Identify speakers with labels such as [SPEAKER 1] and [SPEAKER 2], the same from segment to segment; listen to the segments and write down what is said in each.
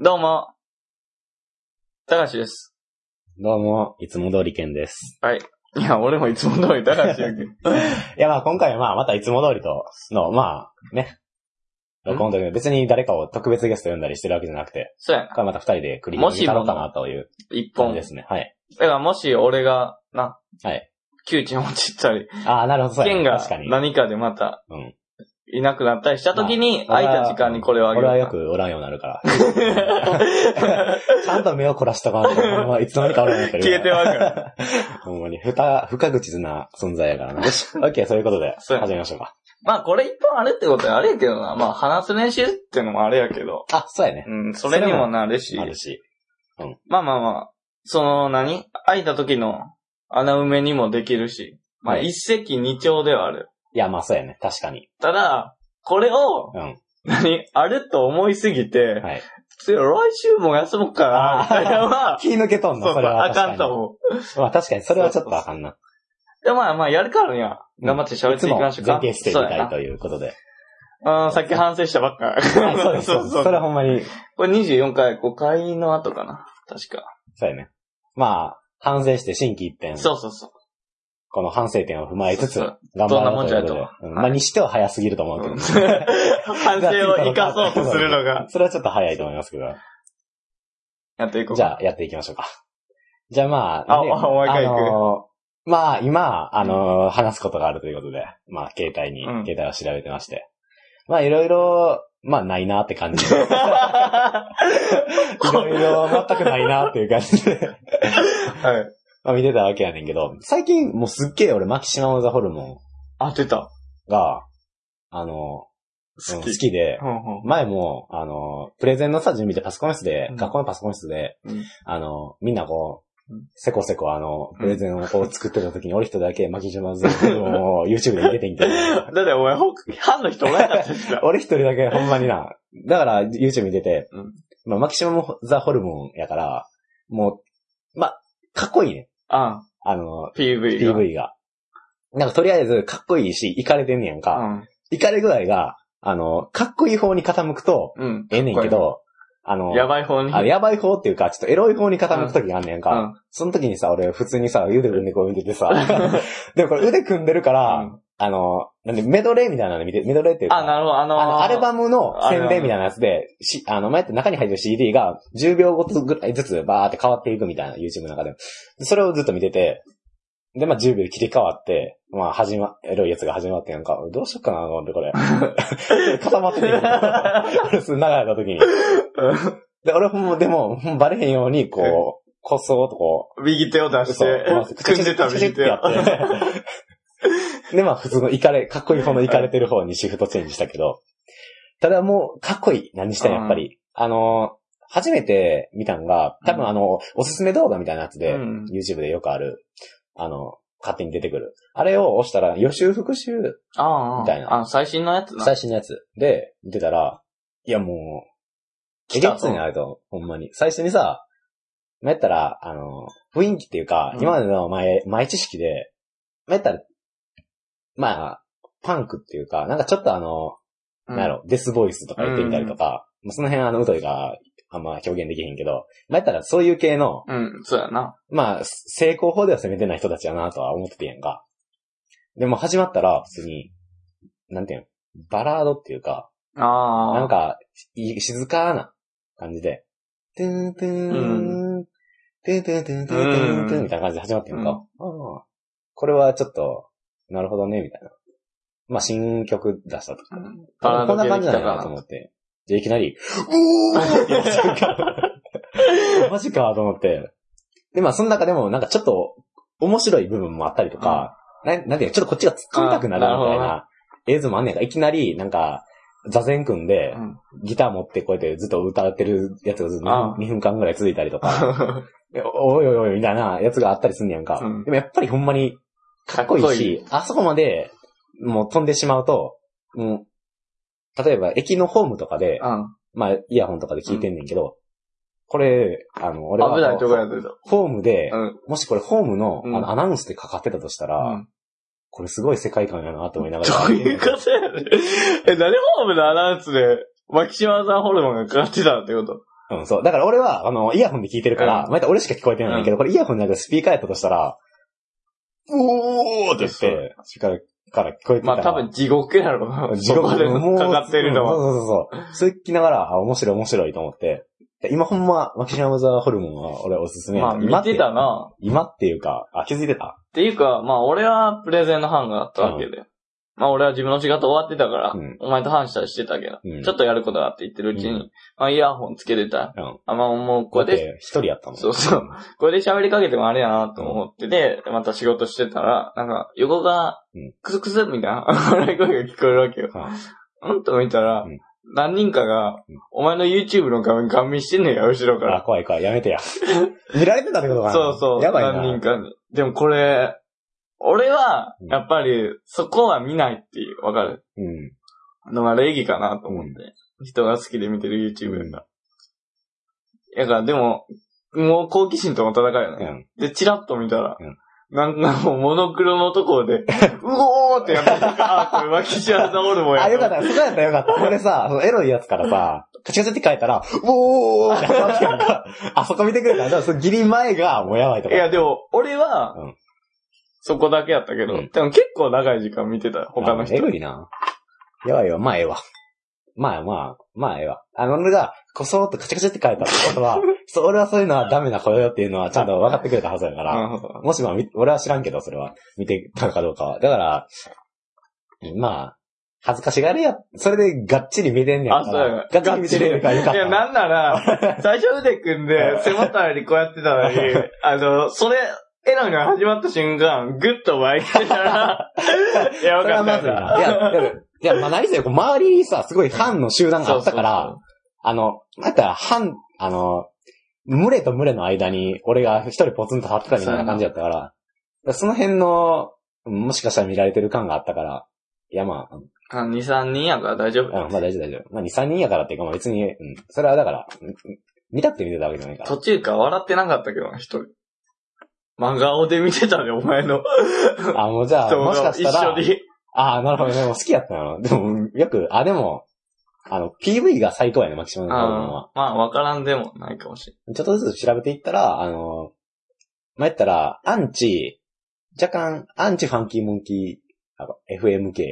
[SPEAKER 1] どうも。たかしです。
[SPEAKER 2] どうも、いつも通りケンです。
[SPEAKER 1] はい。いや、俺もいつも通りたかしやけど。
[SPEAKER 2] いや、まあ今回はまあまたいつも通りと、の、まあ、ね。
[SPEAKER 1] ん
[SPEAKER 2] 録音という別に誰かを特別ゲスト呼んだりしてるわけじゃなくて、
[SPEAKER 1] そうやな。
[SPEAKER 2] これまた二人で繰り返しやろうかなという
[SPEAKER 1] 一
[SPEAKER 2] 感
[SPEAKER 1] 本。
[SPEAKER 2] じで
[SPEAKER 1] だ
[SPEAKER 2] すね。はい。
[SPEAKER 1] からもし俺が、な。
[SPEAKER 2] はい。
[SPEAKER 1] 窮地に陥ったり、
[SPEAKER 2] ああ、なるほど、そうや
[SPEAKER 1] 剣
[SPEAKER 2] ね。
[SPEAKER 1] が
[SPEAKER 2] 確かに。
[SPEAKER 1] 何かでまた
[SPEAKER 2] うん。
[SPEAKER 1] いなくなったりした時に、
[SPEAKER 2] ま
[SPEAKER 1] 空
[SPEAKER 2] あ
[SPEAKER 1] いた時間にこれをあげ
[SPEAKER 2] 俺
[SPEAKER 1] る。
[SPEAKER 2] はよくおらんようになるから。 ちゃんと目を凝らしたかなとほんまいつの間にかおらんようになって
[SPEAKER 1] 消え
[SPEAKER 2] る
[SPEAKER 1] て
[SPEAKER 2] から。
[SPEAKER 1] まうから。
[SPEAKER 2] ほんまに、ふた、不可口な存在やから な。オッケー、そういうことで、
[SPEAKER 1] そうや
[SPEAKER 2] 始めましょうか。
[SPEAKER 1] まあこれ一本あるってことはあれやけどな。まあ話す練習ってのもあれやけど。
[SPEAKER 2] あ、そうやね。
[SPEAKER 1] うん、それにもなるし。
[SPEAKER 2] あるし。
[SPEAKER 1] まあまあまあ、その何空いた時の穴埋めにもできるし。まあ
[SPEAKER 2] はい
[SPEAKER 1] 一石二鳥ではある。
[SPEAKER 2] いや、まあそうやね。確かに。
[SPEAKER 1] ただ、これを、
[SPEAKER 2] うん。
[SPEAKER 1] 何、あると思いすぎて、
[SPEAKER 2] はい。
[SPEAKER 1] それ来週も休もうかな、
[SPEAKER 2] あ
[SPEAKER 1] みたいな のは、
[SPEAKER 2] 気抜けとん
[SPEAKER 1] そ
[SPEAKER 2] の
[SPEAKER 1] う
[SPEAKER 2] そ
[SPEAKER 1] そう、
[SPEAKER 2] れは
[SPEAKER 1] あ
[SPEAKER 2] 確か
[SPEAKER 1] か
[SPEAKER 2] に。
[SPEAKER 1] んと思う。
[SPEAKER 2] まあ確かに、それはちょっとあかんな。
[SPEAKER 1] で、まあまあ、やるからには、頑張って喋
[SPEAKER 2] い
[SPEAKER 1] って
[SPEAKER 2] つ
[SPEAKER 1] いき
[SPEAKER 2] も
[SPEAKER 1] ましょうか。
[SPEAKER 2] 前傾してみ
[SPEAKER 1] そうや
[SPEAKER 2] たい
[SPEAKER 1] な
[SPEAKER 2] ということで。
[SPEAKER 1] うん、さっき反省したばっか。
[SPEAKER 2] はいそう です、そうです。それはほんまに、
[SPEAKER 1] これ24回、5回の後かな。確か。
[SPEAKER 2] そうやね。まあ、反省して心機一転。
[SPEAKER 1] そうそうそう。
[SPEAKER 2] この反省点を踏まえつつ、
[SPEAKER 1] そう
[SPEAKER 2] 頑
[SPEAKER 1] ど
[SPEAKER 2] 張ろうということ
[SPEAKER 1] んなもんじゃない
[SPEAKER 2] で
[SPEAKER 1] と。
[SPEAKER 2] うんまあ、にしては早すぎると思うけ
[SPEAKER 1] う
[SPEAKER 2] ど
[SPEAKER 1] ん
[SPEAKER 2] ね。
[SPEAKER 1] 反省を生かそうとするの が。。
[SPEAKER 2] それはちょっと早いと思いますけど。
[SPEAKER 1] やっていこう。
[SPEAKER 2] じゃあ、やっていきましょうか。じゃあまあ、
[SPEAKER 1] あおお前から行く
[SPEAKER 2] のーまあ、今、あのー話すことがあるということで、まあ、携帯に、
[SPEAKER 1] うん
[SPEAKER 2] 携帯を調べてまして。まあ、いろいろ、まあ、ないなって感 じで。 いろいろ全くないなっていう感じで、
[SPEAKER 1] はい。
[SPEAKER 2] まあ見てたわけやねんけど、最近もうすっげえ俺、マキシマムザホルモ
[SPEAKER 1] あ、出た。
[SPEAKER 2] ンが、あの、うん
[SPEAKER 1] 好
[SPEAKER 2] 好
[SPEAKER 1] き。
[SPEAKER 2] きで
[SPEAKER 1] う、んうん
[SPEAKER 2] 前も、あの、プレゼンのさ、準備でパソコン室で、
[SPEAKER 1] うん
[SPEAKER 2] 学校のパソコン室で、
[SPEAKER 1] うん
[SPEAKER 2] あの、みんなこう
[SPEAKER 1] うん、
[SPEAKER 2] せこせこあの、
[SPEAKER 1] ん
[SPEAKER 2] プレゼンをこう作ってた時に、俺一人だけマキシマムザホルモ ンを YouTube で見ててんけど、
[SPEAKER 1] だってお前、ほ班の人おらんかったしな
[SPEAKER 2] 俺一人だけほんまにな、だから YouTube 見てて
[SPEAKER 1] うん、
[SPEAKER 2] まあマキシマムザホルモンやから、もう、まあ、かっこいいね。
[SPEAKER 1] あ、
[SPEAKER 2] あの、
[SPEAKER 1] PV が。
[SPEAKER 2] PV が。なんかとりあえず、かっこいいし、イカれてんねやんか。イカれ具合が、あの、かっこいい方に傾くと、
[SPEAKER 1] うん。うん。
[SPEAKER 2] ええねんけど、あの、
[SPEAKER 1] やばい方に。
[SPEAKER 2] あやばい方っていうか、ちょっとエロい方に傾くときがあんねん
[SPEAKER 1] う
[SPEAKER 2] か。
[SPEAKER 1] ん。
[SPEAKER 2] その時にさ、俺普通にさ、腕組んでこう見て てさ、でもこれ腕組んでるから、
[SPEAKER 1] うん
[SPEAKER 2] あの、なんでメドレーみたいなの見て、メドレーっていうか、
[SPEAKER 1] あ、なるほど、あの
[SPEAKER 2] あの、
[SPEAKER 1] ー、
[SPEAKER 2] アルバムの宣伝みたいなやつで、し、あの、前って中に入ってる CD が10秒ごとぐらいずつバーって変わっていくみたいな、YouTube の中でも。でそれをずっと見てて、で、まあ10秒で切り替わって、まあ始ま、エロいやつが始まってなんか、どうしよっかなと思ってこれ。 固まってて。俺、すぐ流れた時に。で、俺ほんま、でも、ほんまバレへんように、こう、こっそーっとこ
[SPEAKER 1] 右手を出
[SPEAKER 2] う、
[SPEAKER 1] して、組んでた
[SPEAKER 2] カチャ
[SPEAKER 1] 右
[SPEAKER 2] って
[SPEAKER 1] 手
[SPEAKER 2] や
[SPEAKER 1] を。
[SPEAKER 2] って。で、まあ普通のイカれ、かっこいい方のイカれてる方にシフトチェンジしたけど、ただもう、かっこいい。何したいやっぱり。あの、初めて見たんが、多分あの、おすすめ動画みたいなやつで、
[SPEAKER 1] うん
[SPEAKER 2] YouTube でよくある、あの、勝手に出てくる。あれを押したら、予習復習
[SPEAKER 1] ああ、
[SPEAKER 2] みたいな
[SPEAKER 1] あ、最新のやつな。
[SPEAKER 2] 最新のやつで出たら、いやもう、え
[SPEAKER 1] 来た
[SPEAKER 2] げつになると、ほんまに。最初にさ、まあやったら、あの、雰囲気っていうか、
[SPEAKER 1] うん
[SPEAKER 2] 今までの前、前知識で、まあやったら、まあ、パンクっていうか、なんかちょっとあの、
[SPEAKER 1] うん
[SPEAKER 2] なんやろ、デスボイスとか言ってみたりとか、まあその辺あの、うといがあんま表現できへんけど、まあやったらそういう系の、
[SPEAKER 1] うん、そうやな。
[SPEAKER 2] まあ、成功法では攻めてない人たちやなとは思っててんやんか。でも始まったら、普通に、なんていうの、バラードっていうか、
[SPEAKER 1] ああ。
[SPEAKER 2] なんか、い静かな感じで、トゥントゥーン、トゥントゥントゥントゥントゥントゥンみたいな感じで始まってんのか。ああこれはちょっと、なるほどね、みたいな。まあ、新曲出したとか。
[SPEAKER 1] うん、
[SPEAKER 2] こんな感じ
[SPEAKER 1] だ
[SPEAKER 2] なんだなと思って。で、いきなり、うおーってやっちゃうから。 マジかと思って。で、まあ、その中でも、なんかちょっと、面白い部分もあったりとか、なん、なんていうのちょっとこっちが突っ込みたくな
[SPEAKER 1] あ
[SPEAKER 2] るみたい
[SPEAKER 1] なるほどな
[SPEAKER 2] な映像もあんねんか。いきなり、なんか、座禅組んで、ギター持ってこうやってずっと歌ってるやつがずっと
[SPEAKER 1] あ
[SPEAKER 2] 2分間ぐらい続いたり とか、でおおいおいおいみたいなやつがあったりすんねやんか。
[SPEAKER 1] うん
[SPEAKER 2] でもやっぱりほんまに
[SPEAKER 1] か
[SPEAKER 2] かっこいいし、あそこまで、もう飛んでしまうと、もう、例えば駅のホームとかで、
[SPEAKER 1] うん。
[SPEAKER 2] まあ、イヤホンとかで聞いてんねんけど、これ、あの、俺は、
[SPEAKER 1] 危ないとこやけど。
[SPEAKER 2] ホームで、
[SPEAKER 1] うん
[SPEAKER 2] もしこれホームの
[SPEAKER 1] うん
[SPEAKER 2] あのアナウンスでかかってたとしたら、
[SPEAKER 1] うん
[SPEAKER 2] これすごい世界観やなと思いながら。
[SPEAKER 1] どういうことやねんえ、何ホームのアナウンスで、マキシマザホルモンがかかってたってこと
[SPEAKER 2] うん、そう。だから俺は、あの、イヤホンで聞いてるから、
[SPEAKER 1] う
[SPEAKER 2] また俺しか聞こえてないんだけど、これイヤホンじゃなくてスピーカーやったとしたら、おーって言っ
[SPEAKER 1] そ
[SPEAKER 2] て、力から聞こえてた
[SPEAKER 1] ま
[SPEAKER 2] ら。
[SPEAKER 1] あ多分地獄やろ。
[SPEAKER 2] 地
[SPEAKER 1] 地
[SPEAKER 2] 獄
[SPEAKER 1] 獄でかかってるのは。
[SPEAKER 2] もうそうそうそうそう。それ聞きながら、あ、面白い面白いと思って。で今ほんま、マキシマムザホルモンは俺おすすめ。
[SPEAKER 1] まあ見
[SPEAKER 2] 今って
[SPEAKER 1] たな。
[SPEAKER 2] 今っていうか、あ、気づいてた
[SPEAKER 1] っていうか、まあ俺はプレゼンの班があったわけで。まあ俺は自分の仕事終わってたから、
[SPEAKER 2] うん
[SPEAKER 1] お前と話したりしてたけど、
[SPEAKER 2] うん
[SPEAKER 1] ちょっとやることがあって言ってるうちに、
[SPEAKER 2] うん
[SPEAKER 1] まあイヤホンつけてた。
[SPEAKER 2] うん
[SPEAKER 1] あ、まあもうこ
[SPEAKER 2] だっ
[SPEAKER 1] れで
[SPEAKER 2] て一人やったもん。
[SPEAKER 1] そうそう。これで喋りかけてもあれやなと思ってて、また仕事してたら、なんか、横が
[SPEAKER 2] うん、
[SPEAKER 1] クスクスみたいな、 笑い声が聞こえるわけよ。
[SPEAKER 2] は
[SPEAKER 1] うんと見たら
[SPEAKER 2] うん、
[SPEAKER 1] 何人かが
[SPEAKER 2] うん、
[SPEAKER 1] お前の YouTube の画面ガン見してんねや、後ろか
[SPEAKER 2] あ、
[SPEAKER 1] ら。
[SPEAKER 2] 怖い怖い、やめてや。見られてたってことかな
[SPEAKER 1] そうそう、
[SPEAKER 2] やばいな。
[SPEAKER 1] 何人かに。でもこれ、俺は、
[SPEAKER 2] うん
[SPEAKER 1] やっぱり、そこは見ないっていう、わかる
[SPEAKER 2] うん。
[SPEAKER 1] のが礼儀かなと思って。人が好きで見てる YouTube やから。だから、でも、もう好奇心との戦いよね。
[SPEAKER 2] うん。
[SPEAKER 1] で、チラッと見たら、
[SPEAKER 2] うん
[SPEAKER 1] なんかもうモノクロのところ で、うおーってやってた。あー、これ脇シアザオルモンや。
[SPEAKER 2] あ、よかった、そこやったよかった。俺さ、そのエロいやつからさ、カチカチって書いたら、おーってなったやんかあそこ見てくれた。だからそのギリ前が、もうやばいと
[SPEAKER 1] い
[SPEAKER 2] か。
[SPEAKER 1] や、でも、俺は、
[SPEAKER 2] うん
[SPEAKER 1] そこだけやったけど、
[SPEAKER 2] うん
[SPEAKER 1] でも結構長い時間見てた、他の人。
[SPEAKER 2] あエグいな。やばいわ、まあええわ。まあまあ、まあええわ。あの、俺が、こそーっとカチャカチャって書いたってこ とは、そう、俺はそういうのはダメな子よっていうのはちゃんと分かってくれたはずやから、
[SPEAKER 1] なるほど
[SPEAKER 2] もしまあ、み俺は知らんけど、それは、見てたかどうかは。だから、まあ、恥ずかしがりや、それでがっちり見てんねや
[SPEAKER 1] あ、
[SPEAKER 2] か
[SPEAKER 1] そうや
[SPEAKER 2] ら。。がっちり見てるからよか
[SPEAKER 1] い
[SPEAKER 2] った。
[SPEAKER 1] や、なんな ら、最初腕組んで、背もたれにこうやってたのに、あの、それ、エロいのが始まった瞬間、ぐっと湧いてた ら、いや、よ
[SPEAKER 2] それ
[SPEAKER 1] か
[SPEAKER 2] は
[SPEAKER 1] った
[SPEAKER 2] ま
[SPEAKER 1] よ
[SPEAKER 2] ずいな。いや、いや、いやまあ何せよ、こう周りにさ、すごいファンの集団があったから、
[SPEAKER 1] そうそう
[SPEAKER 2] あの、また、半、あの、群れと群れの間に、俺が一人ポツンと張ってたみたいな感じだったから、だからその辺の、もしかしたら見られてる感があったから、いやまあ、うん
[SPEAKER 1] そうあ2、3人やから大丈夫。
[SPEAKER 2] うん、まあ大丈夫大丈夫。まあ2、3人やからっていうか、まあ別に、うん、それはだから、うん見たって見てたわけじゃないから。
[SPEAKER 1] 途中から笑ってなかったけどな、一人。真顔で見てたね、お前の。
[SPEAKER 2] あ、もうじゃあ、
[SPEAKER 1] 人
[SPEAKER 2] もし
[SPEAKER 1] が
[SPEAKER 2] かし
[SPEAKER 1] 一
[SPEAKER 2] たら
[SPEAKER 1] 緒、に。
[SPEAKER 2] ああ、なるほどね。もう好きやったの。でも、よく、あ、でも、あの、PV が最高やね、マキシマムのは。
[SPEAKER 1] あーまあ、わからんでもないかもしれ
[SPEAKER 2] ちょっとずつ調べていったら、あの、まあ、やったら、アンチ、若干、アンチファンキーモンキー、あ FMK。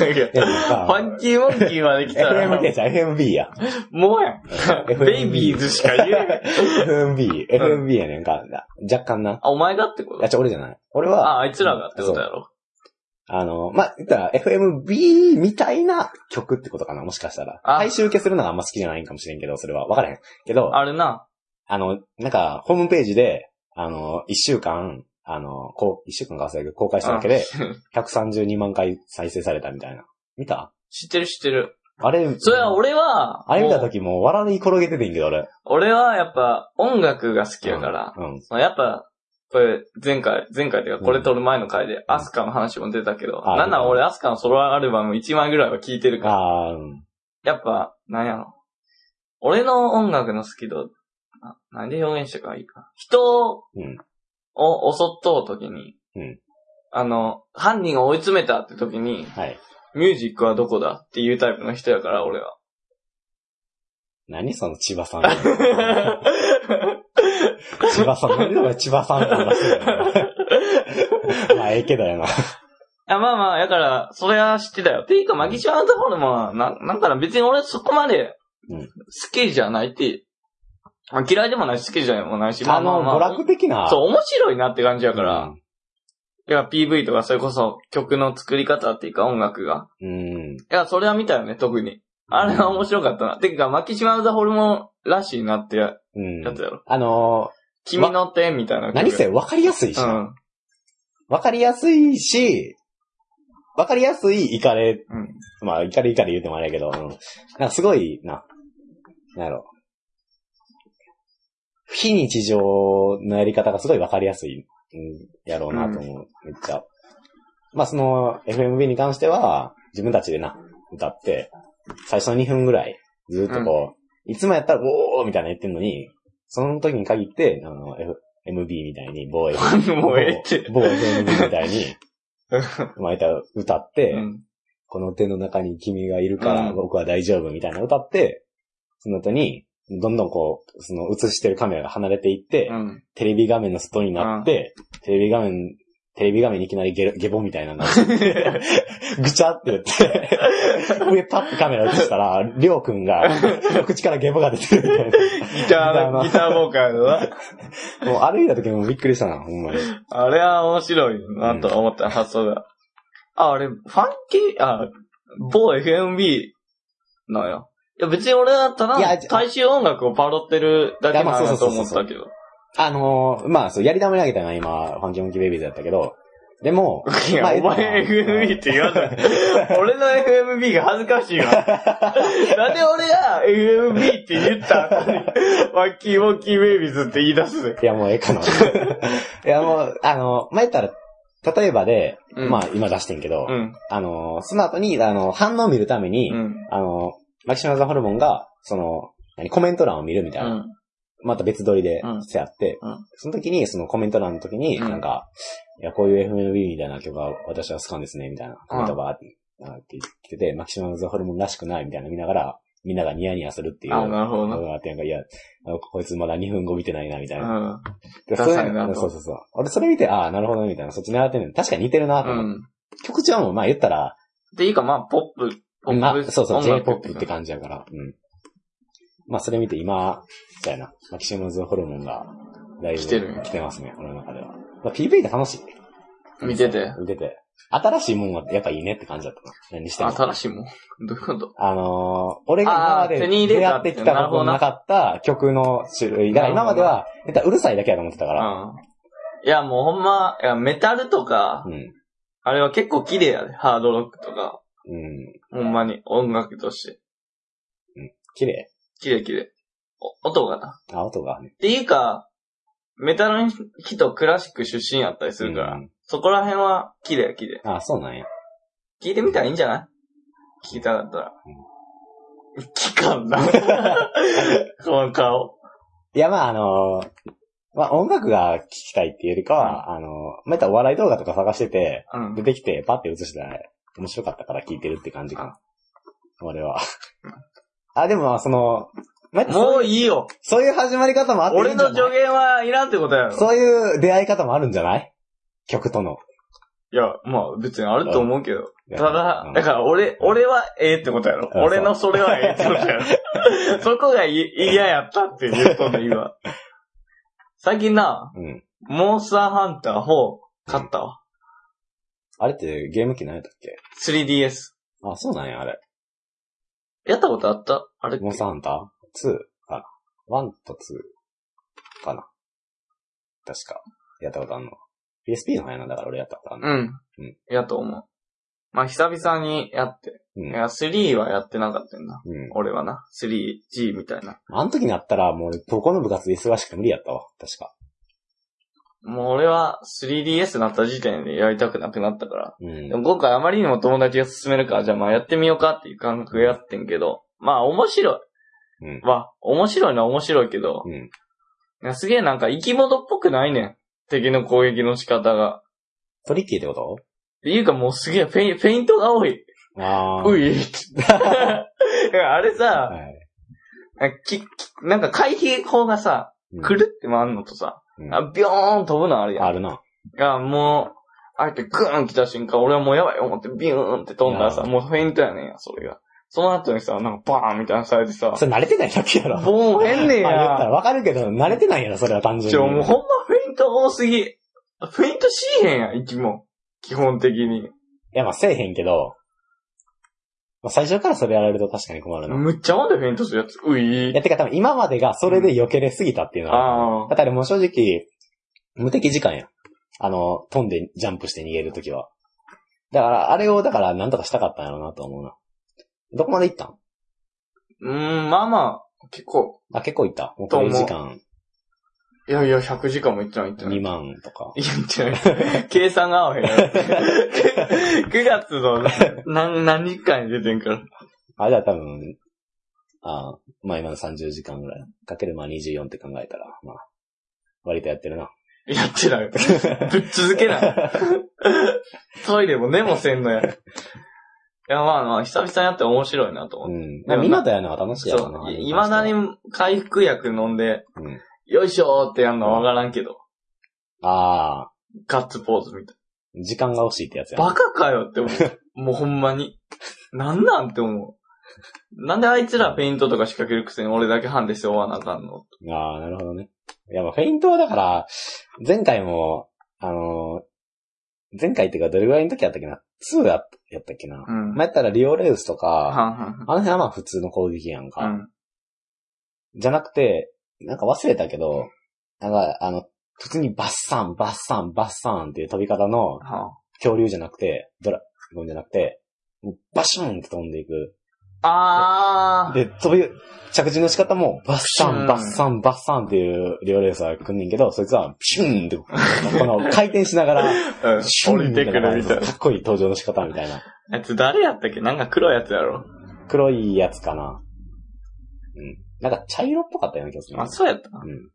[SPEAKER 1] ない。いや フ
[SPEAKER 2] え
[SPEAKER 1] ァンキーモンキーまで来たら、
[SPEAKER 2] FMK じゃん FMB や。
[SPEAKER 1] もうやん。
[SPEAKER 2] FMB
[SPEAKER 1] ベイビーズしか言えない。
[SPEAKER 2] FMB、FMB やねんか。若干な。
[SPEAKER 1] あ、お前がってこ
[SPEAKER 2] いや、
[SPEAKER 1] と
[SPEAKER 2] ちょ、俺じゃない。俺は、
[SPEAKER 1] あ、あいつらがってことやろ。
[SPEAKER 2] あの、まあ、言ったら FMB みたいな曲ってことかな、もしかしたら。
[SPEAKER 1] あ
[SPEAKER 2] 大衆受けするのがあんま好きじゃないんかもしれんけど、それは。わからへん。けど、
[SPEAKER 1] あれな。
[SPEAKER 2] あの、なんか、ホームページで、あの、一週間、あの、こう、一週間か忘れたけど、公開しただけで、132万回再生されたみたいな。見た
[SPEAKER 1] 知ってる知ってる。
[SPEAKER 2] あれ、
[SPEAKER 1] それは俺は、
[SPEAKER 2] あれ見た
[SPEAKER 1] もう
[SPEAKER 2] 時もう笑い転げててんけど、俺。
[SPEAKER 1] 俺はやっぱ音楽が好きやから、
[SPEAKER 2] うん。
[SPEAKER 1] まあやっぱ、これ、前回、前回というか、これ撮る前の回で、アスカの話も出たけど、
[SPEAKER 2] あ
[SPEAKER 1] なんなら俺、アスカのソロアルバム1枚ぐらいは聴いてるから、
[SPEAKER 2] あーうん。
[SPEAKER 1] やっぱ、なんやろ。俺の音楽の好き度、ななんで表現したらいいかな。人を
[SPEAKER 2] うん
[SPEAKER 1] を襲っとうときに、
[SPEAKER 2] うん
[SPEAKER 1] あの、犯人を追い詰めたって時に、
[SPEAKER 2] はい。
[SPEAKER 1] ミュージックはどこだっていうタイプの人やから、俺 は。
[SPEAKER 2] 何その千葉 さん。千葉さん。何でお前千葉さんって話してるの まあ、ええけどやな。
[SPEAKER 1] あまあまあ、だから、それは知ってたよ。っていうか、マギシャンとホルモンは、な、なんかな、別に俺そこまで、
[SPEAKER 2] う
[SPEAKER 1] 好
[SPEAKER 2] ん
[SPEAKER 1] きじゃないって、あ嫌いでもないし、好きじゃもないし、ま
[SPEAKER 2] あ
[SPEAKER 1] あま
[SPEAKER 2] の、
[SPEAKER 1] あまあ
[SPEAKER 2] 娯楽的な。
[SPEAKER 1] そう、面白いなって感じや
[SPEAKER 2] う
[SPEAKER 1] から、
[SPEAKER 2] ん。
[SPEAKER 1] いや、PV とかそれこそ曲の作り方っていうか音楽が。
[SPEAKER 2] うん。
[SPEAKER 1] いや、それは見たよね、特に。あれは面白かったな。てか、マキシマウザホルモンらしいなってや
[SPEAKER 2] うん
[SPEAKER 1] やつやろ。
[SPEAKER 2] あの
[SPEAKER 1] 君の手みたいな
[SPEAKER 2] ー、
[SPEAKER 1] 曲。
[SPEAKER 2] 何せ分かりやすいし
[SPEAKER 1] う
[SPEAKER 2] な。
[SPEAKER 1] ん。
[SPEAKER 2] わかりやすいし、わかりやすいイカレ、
[SPEAKER 1] うん。
[SPEAKER 2] まあ、イカレイカレ言うてもあれやけど、うん、なんかすごいな、なんやろ。非日常のやり方がすごいわかりやすい、うん、やろうなと思う、めっちゃ。まあ、その、FMB に関しては、自分たちでな、歌って、最初の2分ぐらい、ずっとこう、いつもやったら、おーみたいな言ってんのに、その時に限って、あの、F、MB みたいに、防衛。
[SPEAKER 1] もうええって。
[SPEAKER 2] 某某 FMB みたいに、まあ、言ったら歌って、
[SPEAKER 1] うん。
[SPEAKER 2] この手の中に君がいるから
[SPEAKER 1] うん
[SPEAKER 2] 僕は大丈夫みたいな歌って、その後に、どんどんこう、その映してるカメラが離れていって、
[SPEAKER 1] うん。
[SPEAKER 2] テレビ画面の外になって、テレビ画面、テレビ画面にいきなりゲロゲボみたいなのが、ぐちゃって言って、上パッとカメラ映したら、りょうくんが、口からゲボが出てるみたいな。
[SPEAKER 1] ギターの、ギ
[SPEAKER 2] ギ
[SPEAKER 1] ターボーカルは
[SPEAKER 2] もう歩いた時もびっくりしたな、ほんまに。
[SPEAKER 1] あれは面白いなと思った発想が。あ、あれ、ファンキー、あ、某 FMB なんや。いや、別に俺だった
[SPEAKER 2] い
[SPEAKER 1] ら
[SPEAKER 2] や、
[SPEAKER 1] 大衆音楽をパロってるだけなんだと思ったけど。
[SPEAKER 2] あのー、まあ、そう、やり玉にあげたのは今、ファンキーモンキーベイビーズだったけど、でも、
[SPEAKER 1] いや、
[SPEAKER 2] まあ
[SPEAKER 1] お前 FMB って言わない。 俺の FMB が恥ずかし いわ。なんで俺が FMB って言った後に、 ワッキーウォッキーベイビーズって言い出すぜ。
[SPEAKER 2] いや、もうええか な。いや、もう、あの、前言ったら、例えばで、
[SPEAKER 1] うん
[SPEAKER 2] まあ、今出してんけど、
[SPEAKER 1] うん。
[SPEAKER 2] あの、その後に、あの、反応を見るために、
[SPEAKER 1] うん。
[SPEAKER 2] あの、マキシマムザホルモンが、その、何、コメント欄を見るみたいな、
[SPEAKER 1] うん。
[SPEAKER 2] また別撮りで
[SPEAKER 1] うん
[SPEAKER 2] してあって、
[SPEAKER 1] うん
[SPEAKER 2] その時に、そのコメント欄の時に、
[SPEAKER 1] うん
[SPEAKER 2] なんか、いや、こういう FMB みたいな曲は私は好きなんですね、みたいなコメントバーって、あーって言ってて、マキシマムザホルモンらしくない、みたいな見ながら、みんながニヤニヤするっていう。
[SPEAKER 1] あ、なるほど
[SPEAKER 2] の
[SPEAKER 1] な。
[SPEAKER 2] があってなんか、いや、あのこいつまだ2分後見てないな、みたいな。
[SPEAKER 1] うん。
[SPEAKER 2] で
[SPEAKER 1] ダ
[SPEAKER 2] そう
[SPEAKER 1] サ
[SPEAKER 2] い
[SPEAKER 1] いうなと
[SPEAKER 2] のそうそうそう。俺それ見て、ああ、なるほどね、みたいな。そっち狙ってるの。確かに似てるなと思って、
[SPEAKER 1] うん。
[SPEAKER 2] 曲調も、まあ言ったら、
[SPEAKER 1] で、いいか、まあ、ポップ。ポ
[SPEAKER 2] ま
[SPEAKER 1] ッ
[SPEAKER 2] あ、
[SPEAKER 1] プ
[SPEAKER 2] そうそう、
[SPEAKER 1] 音楽
[SPEAKER 2] J-POP って感じやから。うん。まあそれ見て今、そうやな。マキシムズホルモンが、だいぶ
[SPEAKER 1] 来てるんや
[SPEAKER 2] 来てますね、俺の中では。まあ PV って楽しい。
[SPEAKER 1] 見てて。
[SPEAKER 2] 見てて。新しいもんはやっぱいいねって感じだったな。何しても。
[SPEAKER 1] 新しいもん。どういうこと
[SPEAKER 2] あのー、俺が今ま
[SPEAKER 1] あー手
[SPEAKER 2] で
[SPEAKER 1] に入れ
[SPEAKER 2] 出
[SPEAKER 1] た
[SPEAKER 2] 会
[SPEAKER 1] っ
[SPEAKER 2] っててきたことのなかった曲の種類が、今までは、えっとうるさいだけやと思ってたから。
[SPEAKER 1] うん。いや、もうほんま、いや、メタルとか、
[SPEAKER 2] うん。
[SPEAKER 1] あれは結構綺麗やで、ハードロックとか。
[SPEAKER 2] うん。
[SPEAKER 1] ほんまに、音楽として。
[SPEAKER 2] 綺麗。
[SPEAKER 1] 綺麗綺麗。お音がな。
[SPEAKER 2] あ、音がね。
[SPEAKER 1] っていうか、メタルの人クラシック出身やったりするから、
[SPEAKER 2] うん
[SPEAKER 1] そこら辺は綺麗綺麗。
[SPEAKER 2] あ、そうなんや。
[SPEAKER 1] 聞いてみたらいいんじゃない聞きたかったら。聞か んな。この顔。
[SPEAKER 2] いや、まあ、あのまあ、音楽が聴きたいっていうよりかは、あのまあ、言ったらお笑い動画とか探してて、
[SPEAKER 1] うん
[SPEAKER 2] 出。てきて、パッて映したら、面白かったから聴いてるって感じかな。俺は。あ、でもまあ、その、まあ、言ったらそう
[SPEAKER 1] もういいよ。
[SPEAKER 2] そういう始まり方もあっていい
[SPEAKER 1] 俺
[SPEAKER 2] んじ
[SPEAKER 1] の
[SPEAKER 2] ゃな
[SPEAKER 1] 助
[SPEAKER 2] い
[SPEAKER 1] 言はいらんってことやろ。
[SPEAKER 2] そういう出会い方もあるんじゃない曲との。
[SPEAKER 1] いや、まあ別にあると思うけど。た
[SPEAKER 2] う
[SPEAKER 1] だ
[SPEAKER 2] ん、
[SPEAKER 1] だから俺、俺はええってことやろ。
[SPEAKER 2] うん
[SPEAKER 1] 俺のそれはええってことやろ。 そこがい嫌やったって言うとんねん今。最近な、
[SPEAKER 2] うん。
[SPEAKER 1] モンスターハンター4買ったわ。
[SPEAKER 2] あれってゲーム機何やったっけ
[SPEAKER 1] 3DS。
[SPEAKER 2] あ、そうなんや、あれ。
[SPEAKER 1] やったことあったあれ
[SPEAKER 2] モンスターハンター ?2 かな。1と2かな。確か。やったことあんの。PSP の方やなんだから俺やったことあんの。
[SPEAKER 1] うん
[SPEAKER 2] うん。
[SPEAKER 1] やと思う。まあ久々にやって。
[SPEAKER 2] うん
[SPEAKER 1] いや、3はやってなかったんな。
[SPEAKER 2] うん。
[SPEAKER 1] 俺はな。3G みたいな。
[SPEAKER 2] あの時になったら、もう俺、高校の部活で忙しくて無理やったわ。確か。
[SPEAKER 1] もう俺は 3DS になった時点でやりたくなくなったから。
[SPEAKER 2] うん
[SPEAKER 1] で。も今回あまりにも友達が勧めるから、じゃあまあやってみようかっていう感覚やってんけど、まあ面白い。
[SPEAKER 2] うん。
[SPEAKER 1] まあ、面白いのは面白いけど、
[SPEAKER 2] うん。
[SPEAKER 1] いやすげえなんか生き物っぽくないねん。敵の攻撃の仕方が。
[SPEAKER 2] トリッキーってこと
[SPEAKER 1] っていうかもうすげえフェインフェイントが多い。
[SPEAKER 2] あー。
[SPEAKER 1] うい。いやあれさ、
[SPEAKER 2] はい。
[SPEAKER 1] ききなんか回避法がさ、
[SPEAKER 2] うん
[SPEAKER 1] くるって回るのとさ、
[SPEAKER 2] うん
[SPEAKER 1] あビョーン飛ぶのあるやん。
[SPEAKER 2] あるな。
[SPEAKER 1] が、もう、あえてグーン来た瞬間、俺はもうやばい思ってビューンって飛んだらさ、
[SPEAKER 2] いや
[SPEAKER 1] もうフェイントやねんや、それが。その後にさ、なんかバーンみたいなのされてさ、
[SPEAKER 2] それ慣れてないだけやろ。
[SPEAKER 1] ボーン変ねん
[SPEAKER 2] まあ言ったら
[SPEAKER 1] や。
[SPEAKER 2] わかるけど、慣れてないやろ、それは単純
[SPEAKER 1] ちょ、もう
[SPEAKER 2] に。
[SPEAKER 1] ほんまフェイント多すぎ。フェイントしーへんやん、生き物。基本的に。
[SPEAKER 2] いや、まあ、せえへんけど、まあ、最初からそれやられると確かに困るな。
[SPEAKER 1] むっちゃほんでフェイントするやつ。うい
[SPEAKER 2] いや、てか多分今までがそれで避けれすぎたっていうのは、
[SPEAKER 1] ああ。
[SPEAKER 2] だからもう正直、無敵時間やん。あの、飛んでジャンプして逃げるときは。だから、あれを、だから、なんとかしたかったんやろうなと思うな。どこまで行ったん
[SPEAKER 1] うーん、まあまあ、結構。
[SPEAKER 2] あ、結構行った。もうプレイ時間
[SPEAKER 1] いやいや、100時間もいってない、いってない。
[SPEAKER 2] 2万とか。
[SPEAKER 1] いや、いってない。 計算が合わへんやろ。9月の何、何日間に出てんから。
[SPEAKER 2] あ、じゃあ多分、あまあ今の30時間ぐらい。かけるまあ24って考えたら、まあ、割とやってるな。
[SPEAKER 1] やってない。ぶっ続けない。トイレも寝もせんのや。や、まあまあ、久々にやって面白いなと
[SPEAKER 2] う
[SPEAKER 1] 思って。
[SPEAKER 2] ん。まあ、みんなとやるのが楽しいや
[SPEAKER 1] そ
[SPEAKER 2] ろな。
[SPEAKER 1] う。いまだに回復薬飲んで、
[SPEAKER 2] うん
[SPEAKER 1] よいしょーってやるのはわからんけど、
[SPEAKER 2] ああ、
[SPEAKER 1] ガッツポーズみたいな。
[SPEAKER 2] 時間が欲しいってやつやな。
[SPEAKER 1] バカかよって思う。もうほんまに。なんなんって思う。なんであいつらペイントとか仕掛けるくせに俺だけハンデして終わなあかんの
[SPEAKER 2] ああ、なるほどね。いや、まあ、フェイントはだから、前回も、あのー前回っていうかどれぐらいの時やったっけな ?2 やっやったっけな、
[SPEAKER 1] うん。
[SPEAKER 2] まあ、やったらリオレウスと
[SPEAKER 1] はん
[SPEAKER 2] か、
[SPEAKER 1] は
[SPEAKER 2] あの辺はまあ普通の攻撃やんか。
[SPEAKER 1] ん。うん。
[SPEAKER 2] じゃなくて、なんか忘れたけど、なんか、あの、普通にバッサン、バッサン、バッサンっていう飛び方の
[SPEAKER 1] は
[SPEAKER 2] 恐竜じゃなくて、ドラゴンじゃなくて、バシュンって飛んでいく。
[SPEAKER 1] あ。あー。
[SPEAKER 2] で、飛び、着地の仕方も、バッサ
[SPEAKER 1] うん
[SPEAKER 2] ン、バッサン、バッサンっていう両レースは来んねんけど、そいつは、ピシュンって、この回転しながら、
[SPEAKER 1] うん
[SPEAKER 2] シュ
[SPEAKER 1] 降
[SPEAKER 2] ン
[SPEAKER 1] りてくるみたい
[SPEAKER 2] かっこいい登場の仕方みたいな。
[SPEAKER 1] な。やつ誰やったっけなんか黒いやつやろ。
[SPEAKER 2] 黒いやつかな。うん。なんか茶色っぽかったような気がするな。
[SPEAKER 1] あ、そうやった。
[SPEAKER 2] うん。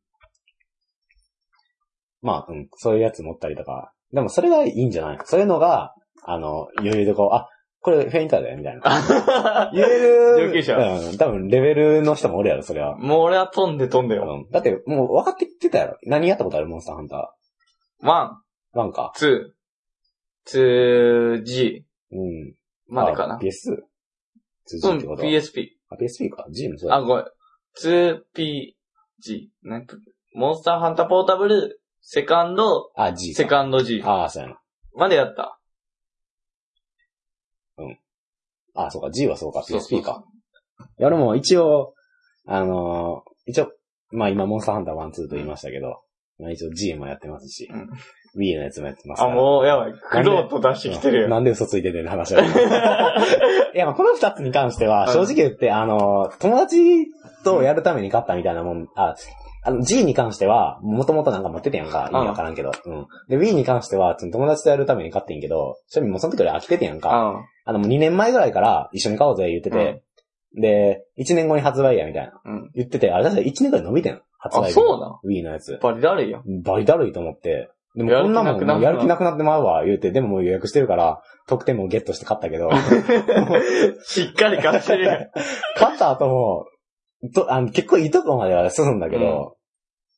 [SPEAKER 2] まあ、うん、そういうやつ持ったりとか。でもそれがいいんじゃないそういうのが、あの、余裕でこう、あ、これフェインターだよ、みたいな。言える。
[SPEAKER 1] 上級者
[SPEAKER 2] うん、多分レベルの人もおるやろ、それは。
[SPEAKER 1] もう俺は飛んで飛んでよ。
[SPEAKER 2] うん、だって、もう分かってきてたやろ。何やったことあるモンスターハンタ
[SPEAKER 1] ワン、
[SPEAKER 2] ー。なんか。
[SPEAKER 1] ツー、ツー、G
[SPEAKER 2] うん。
[SPEAKER 1] までかな
[SPEAKER 2] あ。PS? 通
[SPEAKER 1] う
[SPEAKER 2] じ
[SPEAKER 1] ん、
[SPEAKER 2] ってこと、
[SPEAKER 1] PSP。
[SPEAKER 2] あ、PSP か。G もそうだ
[SPEAKER 1] あ、ごめん。2PG。なんかモンスターハンターポータブル、セカンド、
[SPEAKER 2] あ、G か。
[SPEAKER 1] セカンド G
[SPEAKER 2] ああ、そうやな。
[SPEAKER 1] までやった。
[SPEAKER 2] あそうか。G はそうか。
[SPEAKER 1] そうそう
[SPEAKER 2] PSP か。いや、俺も一応、あのー一応、まあ今、モンスターハンター1、2と言いましたけど、まあ一応 G もやってますし、
[SPEAKER 1] うん
[SPEAKER 2] Wii のやつもやってますか
[SPEAKER 1] あ、
[SPEAKER 2] ら。
[SPEAKER 1] もう、やばい。クローと出してきてるよ。
[SPEAKER 2] なんで嘘ついててんの話だけど いや、まあこの二つに関しては、正直言って、あのー、友達とやるために勝ったみたいなもん、あ、あの、G に関しては、もともとなんか持っててんやんか、意味わからんけど。うん。で、Wii に関しては、その友達とやるために勝ってんけど、正味もうその時俺飽きててんやんか。
[SPEAKER 1] うん。
[SPEAKER 2] あの、もう2年前ぐらいから一緒に買おうぜ言ってて、で、1年後に発売やみたいな。
[SPEAKER 1] うん。
[SPEAKER 2] 言ってて、あれ確か1年ぐらい伸びてん。発
[SPEAKER 1] あ、
[SPEAKER 2] 売日。
[SPEAKER 1] そうだ。
[SPEAKER 2] Wii のやつ
[SPEAKER 1] やっ。ぱり誰やん。
[SPEAKER 2] バリだるいと思って。でもこんなもんもう
[SPEAKER 1] や
[SPEAKER 2] や
[SPEAKER 1] る
[SPEAKER 2] る
[SPEAKER 1] 気
[SPEAKER 2] 気
[SPEAKER 1] な
[SPEAKER 2] なくなってまうわ、言うて、でももう予約してるから、特典もゲットして買ったけど、
[SPEAKER 1] しっかり買ってるやん。
[SPEAKER 2] 買った後も、とあの結構いいとこまでは進んだけど、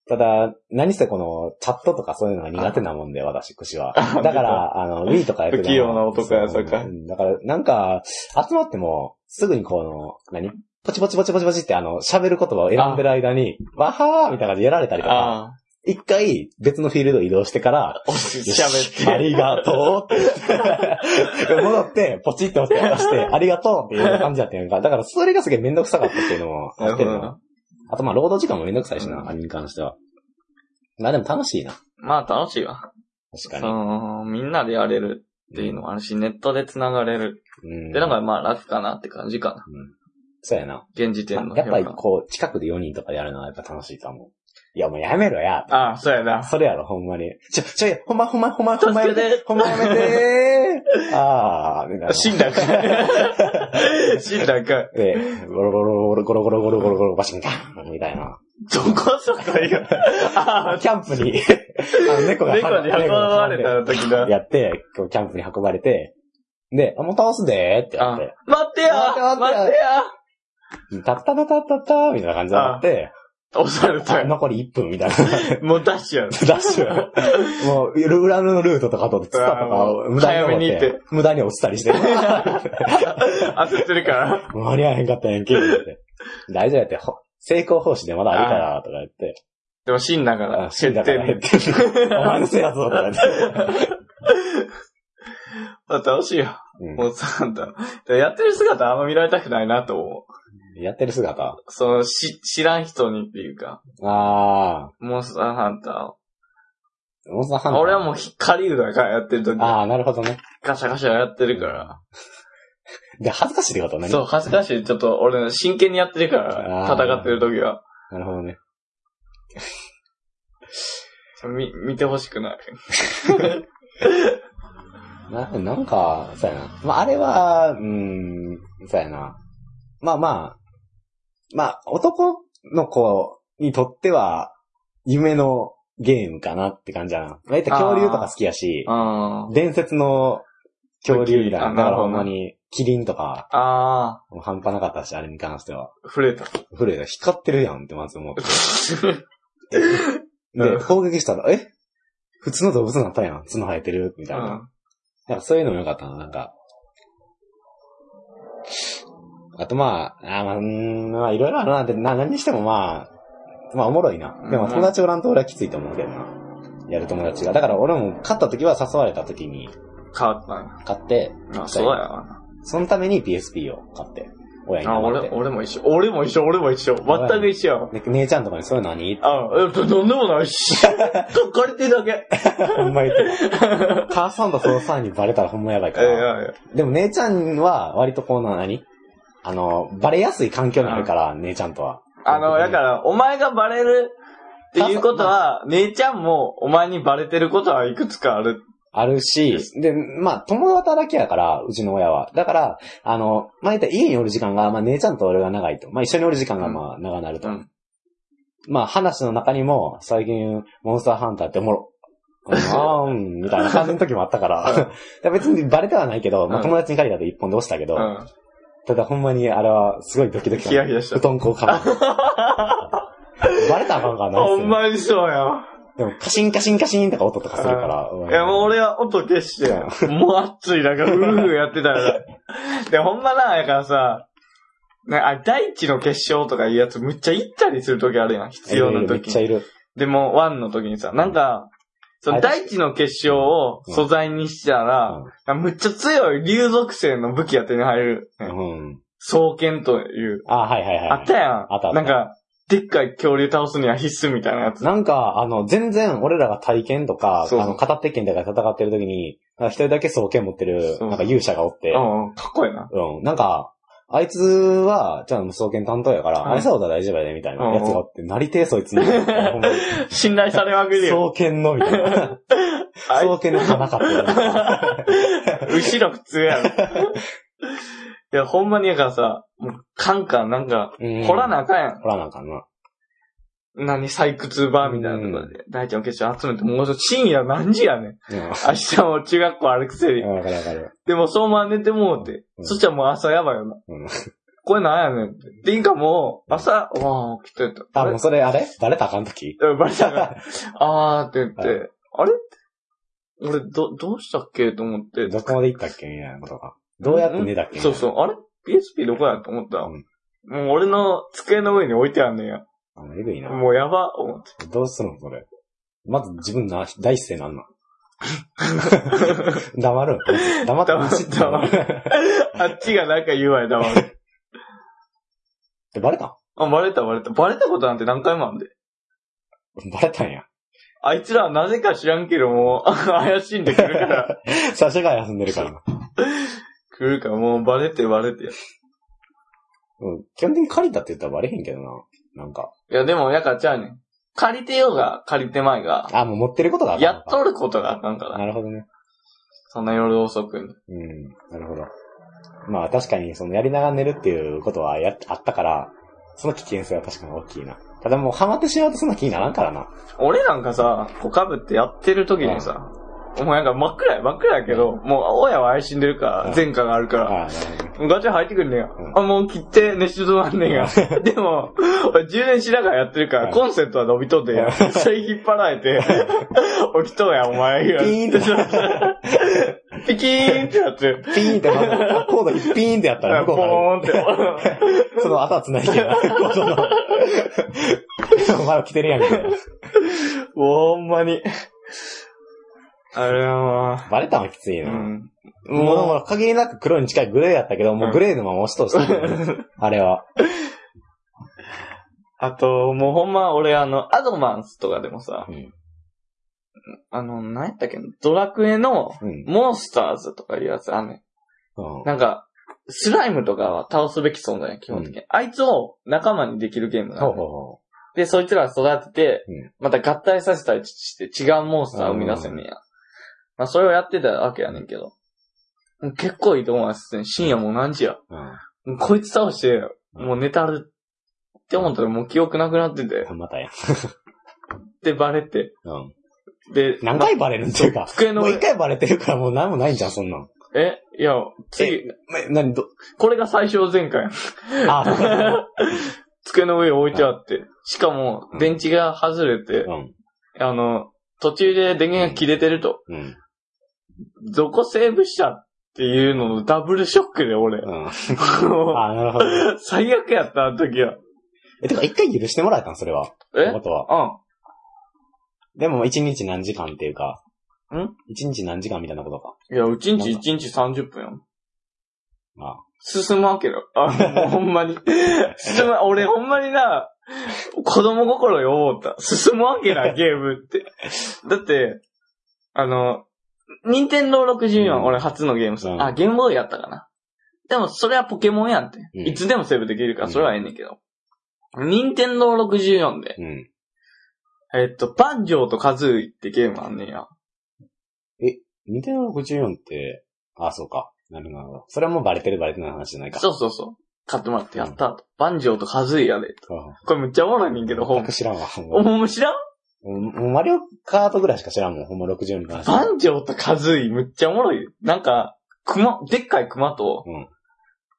[SPEAKER 2] ただ、何せこの、チャットとかそういうのが苦手なもんで、私、櫛は。 だから、あの、Wii とかやってても
[SPEAKER 1] 不器用な男や
[SPEAKER 2] そ
[SPEAKER 1] そ
[SPEAKER 2] う
[SPEAKER 1] っか
[SPEAKER 2] うんだから、なんか、集まっても、すぐにこの、何ポチポチポチポチポチってあの、喋る言葉を選んでる間に、わはーみたいな感じでやられたりとか、
[SPEAKER 1] あ
[SPEAKER 2] 一回別のフィールド移動してから、
[SPEAKER 1] あ。おし、喋って。
[SPEAKER 2] ありがとうって言って。戻って、ポチって押して、押して、ありがとうっていう感じだったやんか。だから、それがすげえめんどくさかったっていうのもあって
[SPEAKER 1] なるほ
[SPEAKER 2] る
[SPEAKER 1] ど
[SPEAKER 2] な。あと、まあ、労働時間もめんどくさいし
[SPEAKER 1] う
[SPEAKER 2] な、
[SPEAKER 1] ん
[SPEAKER 2] アニメに関しては。まあ、でも楽しいな。
[SPEAKER 1] まあ楽しいわ。
[SPEAKER 2] 確
[SPEAKER 1] そ
[SPEAKER 2] かに。
[SPEAKER 1] の、みんなでやれるっていうのもあるし、ネットで繋がれる。
[SPEAKER 2] うん。
[SPEAKER 1] で、なんかまあ楽かなって感じかな。
[SPEAKER 2] そうやな。
[SPEAKER 1] 現時点の
[SPEAKER 2] まあやっぱり、
[SPEAKER 1] 評価
[SPEAKER 2] こう、近くで4人とかでやるのはやっぱ楽しいと思う。いや、もうやめろや。
[SPEAKER 1] ああ、そうやな。
[SPEAKER 2] それやろ、ほんまに。ちょ、ちょ、ほんま、ほんま、ほんま、ほんまやめ
[SPEAKER 1] 助けて
[SPEAKER 2] て、ほんまやめてあー、みたいな。
[SPEAKER 1] 死んだんかい。 死んだんかい。
[SPEAKER 2] で、ゴロゴロゴロゴロゴロゴロゴロゴロバシンガンみたいな。
[SPEAKER 1] どこそこいよ。 あ
[SPEAKER 2] キャン プに、あの猫
[SPEAKER 1] あ、
[SPEAKER 2] が、
[SPEAKER 1] 猫に運ばれた時だ。
[SPEAKER 2] やって、こうキャンプに運ばれて、で、あ、もう倒すでーってや
[SPEAKER 1] あ
[SPEAKER 2] って、
[SPEAKER 1] 待ってや
[SPEAKER 2] 待って
[SPEAKER 1] 待
[SPEAKER 2] 待
[SPEAKER 1] っ
[SPEAKER 2] って
[SPEAKER 1] や
[SPEAKER 2] タッタタタタタみたいな感じになって、
[SPEAKER 1] 押されたよ。
[SPEAKER 2] 残り1分みたいな。 ダ
[SPEAKER 1] もうダッシュやろ。
[SPEAKER 2] ッシュ。もう、裏のルートとかと、ツタと
[SPEAKER 1] あも
[SPEAKER 2] か
[SPEAKER 1] う
[SPEAKER 2] 無駄に
[SPEAKER 1] 早
[SPEAKER 2] 登
[SPEAKER 1] めに行っ
[SPEAKER 2] 無駄に落ちたりして。
[SPEAKER 1] 焦ってるから。
[SPEAKER 2] 間に合わへんかったやんけ、って。大丈夫やって、ほ成功報酬でまだあるから、とか言って。
[SPEAKER 1] でも死んだから、
[SPEAKER 2] あ死んだから
[SPEAKER 1] 欠
[SPEAKER 2] 減ってる。お前のせいやぞ、とか言って。
[SPEAKER 1] 点楽しいよ。
[SPEAKER 2] うん
[SPEAKER 1] もうさ、なんだ。やってる姿あんま見られたくないなと思う。
[SPEAKER 2] やってる姿。
[SPEAKER 1] その、し、知らん人にっていうか、
[SPEAKER 2] あ
[SPEAKER 1] モンスターハンタ
[SPEAKER 2] ー、モンスターハ
[SPEAKER 1] ー
[SPEAKER 2] ン
[SPEAKER 1] を。
[SPEAKER 2] ター。
[SPEAKER 1] 俺はもう光りだからやってる時、
[SPEAKER 2] あー、なるほどね。
[SPEAKER 1] ガシャガシャやってるから。
[SPEAKER 2] で、恥ずかしいってことね。
[SPEAKER 1] そう、恥ずかしい。ちょっと俺、真剣にやってるから、
[SPEAKER 2] あー
[SPEAKER 1] 戦ってる時は。
[SPEAKER 2] なるほどね。
[SPEAKER 1] み、見てほしく ない。
[SPEAKER 2] な、なんか、そうやな。まあ、あれは、うーん、そうやな。まあまあ、まあ、男の子にとっては、夢のゲームかなって感じだな。まあ、言ったら恐竜とか好きやし、
[SPEAKER 1] あ
[SPEAKER 2] 伝説の恐竜みた
[SPEAKER 1] あ
[SPEAKER 2] いな。
[SPEAKER 1] な
[SPEAKER 2] だか
[SPEAKER 1] る
[SPEAKER 2] ら
[SPEAKER 1] ほど
[SPEAKER 2] ほんまに、キリンとか、
[SPEAKER 1] あ
[SPEAKER 2] もう半端なかったし、あれに関しては。
[SPEAKER 1] ー、触れた。
[SPEAKER 2] 古いが光ってるやんってまず思って。
[SPEAKER 1] うん
[SPEAKER 2] で、攻撃したら、え普通の動物になったやん。角生えてるみたいな。なんかそういうのも良かったな、なんか。あとまあ、あーまあ、うーんまあいろいろあるなって、な、何にしてもまあ、まあおもろいな。でも
[SPEAKER 1] うん
[SPEAKER 2] 友達おらんと俺はきついと思うけどな。やる友達が。だから俺も勝った時は誘われた時に
[SPEAKER 1] 変わったん
[SPEAKER 2] 買って、
[SPEAKER 1] や。あ、そうやわ
[SPEAKER 2] そのために PSP を買って、親に
[SPEAKER 1] な。あ、
[SPEAKER 2] 頼ま
[SPEAKER 1] 俺
[SPEAKER 2] れ、て。
[SPEAKER 1] 俺も一緒。俺も一緒、俺も一緒。全く一緒やわ。
[SPEAKER 2] で姉ちゃんとかにそういうの何
[SPEAKER 1] あ、えっと、どんでもない し。書かれてるだけ。
[SPEAKER 2] ほんま言っ てる。母さんと父さんにバレたらほんまやばいか
[SPEAKER 1] え
[SPEAKER 2] ら。
[SPEAKER 1] え
[SPEAKER 2] でも姉ちゃんは割とこうな、何あの、バレやすい環境にあるから、姉ちゃんとは。
[SPEAKER 1] あの、だから、お前がバレるっていうことは、姉ちゃんもお前にバレてることはいくつかある。
[SPEAKER 2] あるし、で、まあ、共働きやから、うちの親は。だから、あの、まあ、言ったら家におる時間が、まあ、姉ちゃんと俺が長いと。まあ、一緒におる時間が、
[SPEAKER 1] うん
[SPEAKER 2] まあ、長なると。
[SPEAKER 1] うん
[SPEAKER 2] まあ、話の中にも、最近、モンスターハンターっておもろ。うんあーうん、みたいな感じの時もあったから。
[SPEAKER 1] うん
[SPEAKER 2] だから別にバレてはないけど、ま
[SPEAKER 1] う
[SPEAKER 2] あ、
[SPEAKER 1] ん
[SPEAKER 2] 友達に借りたと一本で押したけど、
[SPEAKER 1] うん。
[SPEAKER 2] ただほんまにあれはすごいドキドキ
[SPEAKER 1] ヒヤヒヤした
[SPEAKER 2] 布団こうかぶバレたらあかんから な
[SPEAKER 1] ほんまにそうやわ。
[SPEAKER 2] でもカシンカシンカシンとか音とかするから。
[SPEAKER 1] いや、もう俺は音消して、もう暑い、なんか、うーうやってた ら。で、ほんまな、やからさ、ね、あ、大地の結晶とかいうやつ、むっちゃ行ったりする時あるやん、必要な
[SPEAKER 2] めっ
[SPEAKER 1] 時
[SPEAKER 2] ちゃ
[SPEAKER 1] に。
[SPEAKER 2] いる。
[SPEAKER 1] でも、ワンの時にさ、なんか、そ
[SPEAKER 2] あ
[SPEAKER 1] の
[SPEAKER 2] れ
[SPEAKER 1] 大地の結晶を素材にしたら、むっちゃ強い竜属性の武器が手に入る。
[SPEAKER 2] う
[SPEAKER 1] ね
[SPEAKER 2] ん。
[SPEAKER 1] 双剣という。
[SPEAKER 2] あ、はいはいはい。
[SPEAKER 1] あったやん。
[SPEAKER 2] あったあった
[SPEAKER 1] なんか、でっかい恐竜倒すには必須みたいなやつ。
[SPEAKER 2] なんか、あの、全然俺らが体験とか、
[SPEAKER 1] そうそう
[SPEAKER 2] あの、片手剣とか戦ってる時に、なんか一人だけ双剣持ってる、
[SPEAKER 1] そう
[SPEAKER 2] なんか勇者がおって、
[SPEAKER 1] うんうん、かっこいいな。
[SPEAKER 2] うん。なんか、あいつは、じゃあ、双剣担当やから、
[SPEAKER 1] うん
[SPEAKER 2] あいつは大丈夫やね、みたいなやつがおって、なりてえそいつに。ほんまに
[SPEAKER 1] 信頼されまくりよ。
[SPEAKER 2] 双剣の、みたいな。
[SPEAKER 1] あいつ
[SPEAKER 2] 双剣の花かって。
[SPEAKER 1] 後ろ普通やろ。いや、ほんまにやからさ、もう、カンカンなんか、
[SPEAKER 2] うん
[SPEAKER 1] 掘らなあかんやん。
[SPEAKER 2] 掘らなあかんな。
[SPEAKER 1] 何、採掘場みたいなとこで、大ちゃんの結晶集めて、もうちょっと深夜何時やねん。
[SPEAKER 2] うん。
[SPEAKER 1] 明日も中学校歩くせに。
[SPEAKER 2] わかるわかる。
[SPEAKER 1] でも、そうま寝てもうて。
[SPEAKER 2] うん
[SPEAKER 1] そしたらもう朝やばいよな
[SPEAKER 2] うん。
[SPEAKER 1] これなんやねんって。で、いいかもう、朝、わあ、起きてた。
[SPEAKER 2] あ、もうそれあれバレたらあかん時
[SPEAKER 1] うんバレたから、 あーって言って、
[SPEAKER 2] は
[SPEAKER 1] あれ俺、ど、どうしたっけと思って。
[SPEAKER 2] どこまで行ったっけみたいなことか。どうやって寝たっけ。
[SPEAKER 1] そうそうう、あれ ?PSP どこやと思ったら、
[SPEAKER 2] うん
[SPEAKER 1] もう俺の机の上に置いてあんねんや。
[SPEAKER 2] あの、えぐいな。
[SPEAKER 1] もうやば、思って。
[SPEAKER 2] どうするのそれ。まず自分な、第一声なんなん 黙る黙って
[SPEAKER 1] 黙る黙あっちがなんか言うわよ、黙る。
[SPEAKER 2] でバレた
[SPEAKER 1] あ、バレたバレた。バレたことなんて何回もあんで。
[SPEAKER 2] バレたんや。
[SPEAKER 1] あいつらはなぜか知らんけど、もう、怪しんでくるから、
[SPEAKER 2] 最初から休んでるからな。
[SPEAKER 1] 来るから、もうバレてバレて。い
[SPEAKER 2] うん。基本的に借りたって言ったらバレへんけどな。なんか。
[SPEAKER 1] や、でも、やからちゃうねん。借りてようが、借りてまいが、
[SPEAKER 2] あ、もう持ってることがあかん
[SPEAKER 1] や
[SPEAKER 2] の
[SPEAKER 1] っ
[SPEAKER 2] か
[SPEAKER 1] とることがあかんから。
[SPEAKER 2] なるほどね。
[SPEAKER 1] そんな夜遅くに。
[SPEAKER 2] うん。なるほど。まあ確かに、そのやりながら寝るっていうことはや、あったから、その危険性は確かに大きいな。ただもうハマってしまうとそんな気にならんからな。
[SPEAKER 1] 俺なんかさ、こかぶってやってる時にさ、お前なんか真っ暗や、真っ暗やけど、もう親は愛しんでるか
[SPEAKER 2] う
[SPEAKER 1] ら
[SPEAKER 2] ん、
[SPEAKER 1] 前科があるから、
[SPEAKER 2] ああ、なるほどね。
[SPEAKER 1] ガチャ入ってくんねや。
[SPEAKER 2] うん
[SPEAKER 1] あ、もう切って熱中症なんねん や。でも、俺充電しながらやってるか
[SPEAKER 2] うん
[SPEAKER 1] ら、コンセントは伸びとってんや。それ引っ張られ て、起きとうや、お前。
[SPEAKER 2] ピーンって
[SPEAKER 1] って。ピキーンってやって。
[SPEAKER 2] ピーンって、まあ、コードにピーンってやったら向こ
[SPEAKER 1] ポ
[SPEAKER 2] うから、
[SPEAKER 1] ーンって。
[SPEAKER 2] その後は繋いでな、コードの。お前は来てるやんみたいな。
[SPEAKER 1] ほんまに。あれはま
[SPEAKER 2] バレたのきつい
[SPEAKER 1] あ、う
[SPEAKER 2] な。
[SPEAKER 1] ん。
[SPEAKER 2] もう、
[SPEAKER 1] も
[SPEAKER 2] もう限りなく黒に近いグレーやったけど、もうグレーのまま押し通したよね、あれは。
[SPEAKER 1] あと、もうほんま俺あの、アドマンスとかでもさ、
[SPEAKER 2] うん
[SPEAKER 1] あの、何やったっけドラクエの
[SPEAKER 2] うん。
[SPEAKER 1] モンスターズとかいうやつあんねん。
[SPEAKER 2] うん。
[SPEAKER 1] なんか、スライムとかは倒すべき存在や、基本的に。あいつを仲間にできるゲームな
[SPEAKER 2] ほうほう
[SPEAKER 1] の、
[SPEAKER 2] ほ
[SPEAKER 1] で、そいつら育てて、
[SPEAKER 2] うん
[SPEAKER 1] また合体させたりして違うモンスターを生み出せんねや。まあ、それをやってたわけやねんけど。もう結構いいと思うんですね。深夜もう何時や。
[SPEAKER 2] う。う
[SPEAKER 1] もうこいつ倒して、
[SPEAKER 2] うん
[SPEAKER 1] もう寝たるって思ったらもう記憶なくなってて。
[SPEAKER 2] ん。またや。
[SPEAKER 1] で、バレて。
[SPEAKER 2] うん。
[SPEAKER 1] で、
[SPEAKER 2] 何回バレるっていうか。
[SPEAKER 1] 机の
[SPEAKER 2] もう
[SPEAKER 1] 上
[SPEAKER 2] 一回バレてるからもう何もないんじゃん、そんなん。
[SPEAKER 1] えいや、次、
[SPEAKER 2] え、何ど、
[SPEAKER 1] これが最初前回。
[SPEAKER 2] あ、
[SPEAKER 1] 机の上置いてあって。しかも
[SPEAKER 2] う、ん
[SPEAKER 1] 電池が外れて
[SPEAKER 2] う、ん、
[SPEAKER 1] あの、途中で電源が切れてると、
[SPEAKER 2] うん、
[SPEAKER 1] どこセーブしたっていうののダブルショックで俺。
[SPEAKER 2] うん。
[SPEAKER 1] も
[SPEAKER 2] ああ、なるほど。
[SPEAKER 1] う最悪やった、あの時は。
[SPEAKER 2] え、てか一回許してもらえたんそれは。
[SPEAKER 1] え
[SPEAKER 2] ことは。
[SPEAKER 1] う
[SPEAKER 2] でも、一日何時間っていうか。
[SPEAKER 1] ん
[SPEAKER 2] 一日何時間みたいなことか。
[SPEAKER 1] ん。いや、うちんち1日30分やん。
[SPEAKER 2] まあ。
[SPEAKER 1] 進むわけよ。あ、 もうほんまに。進む、俺ほんまにな、子供心よ思った。進むわけ な、ゲームって。だって、あの、任天堂64、
[SPEAKER 2] うん
[SPEAKER 1] 俺初のゲームさ、
[SPEAKER 2] うん
[SPEAKER 1] あ、ゲームボーイやったかな。でも、それはポケモンやんって。
[SPEAKER 2] うん
[SPEAKER 1] いつでもセーブできるから、それはええねんけど。任天堂64で、
[SPEAKER 2] うん。
[SPEAKER 1] えっと、パンジョーとカズーイってゲームあんねんや。
[SPEAKER 2] 任天堂64って、あ、そうか。なるほど。それはもうバレてるバレてない話じゃないか。
[SPEAKER 1] そうそうそう。買ってもらってやったと。パンジョーとカズーイやで。
[SPEAKER 2] うん。
[SPEAKER 1] これめっちゃおもろいねんけど、ほん
[SPEAKER 2] 全く知らんわ。ほん
[SPEAKER 1] お
[SPEAKER 2] ま
[SPEAKER 1] もう知らん
[SPEAKER 2] うんもうマリオカートぐらいしか知らんもん。ほんま64に関して
[SPEAKER 1] バ
[SPEAKER 2] は。
[SPEAKER 1] ンジョーとカズイむっちゃおもろいよ。なんか、熊、でっかい熊と、
[SPEAKER 2] うん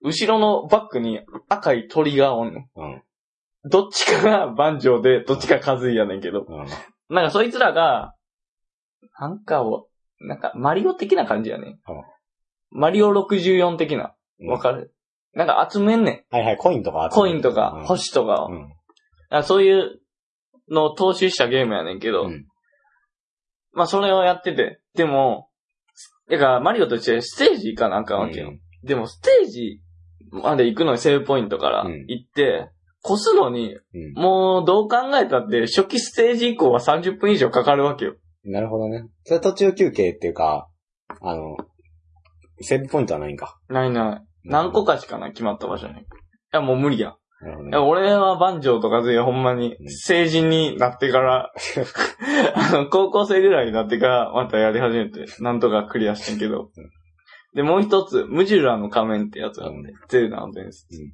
[SPEAKER 1] 後ろのバックに赤い鳥がおんの。
[SPEAKER 2] うん。
[SPEAKER 1] どっちかがバンジョーで、どっちかカズイやねんけど。
[SPEAKER 2] うん。
[SPEAKER 1] なんかそいつらが、なんかを、なんかマリオ的な感じやね、
[SPEAKER 2] うん
[SPEAKER 1] マリオ64的な。
[SPEAKER 2] うん
[SPEAKER 1] わかる、なんか集めんねん。
[SPEAKER 2] はいはい、コインとか集
[SPEAKER 1] コ
[SPEAKER 2] め
[SPEAKER 1] イ
[SPEAKER 2] る
[SPEAKER 1] ンとか、
[SPEAKER 2] うん
[SPEAKER 1] 星とかを。
[SPEAKER 2] うん。
[SPEAKER 1] あそういうのを踏襲したゲームやねんけど、
[SPEAKER 2] うん
[SPEAKER 1] まあそれをやってて、でも、だからマリオと一緒でステージ行かなあかんわけよ。
[SPEAKER 2] うん
[SPEAKER 1] でもステージまで行くのにセーブポイントから
[SPEAKER 2] うん
[SPEAKER 1] 行って、こすのに、
[SPEAKER 2] うん
[SPEAKER 1] もうどう考えたって初期ステージ以降は30分以上かかるわけよ。
[SPEAKER 2] なるほどね。それ途中休憩っていうか、あの、セーブポイントはないんか。
[SPEAKER 1] ないない。何個
[SPEAKER 2] か。
[SPEAKER 1] かしかない、決まった場所に。いや、もう無理や。
[SPEAKER 2] なるほど
[SPEAKER 1] い
[SPEAKER 2] ね
[SPEAKER 1] や俺はバンジョーとかぜほんまに
[SPEAKER 2] うん、
[SPEAKER 1] 成人になって から、あの、高校生ぐらいになってから、またやり始めて、なんとかクリアしてんけど。で、もう一つ、ムジュラの仮面ってやつがあって
[SPEAKER 2] うん、
[SPEAKER 1] ゼルダの伝説
[SPEAKER 2] うん。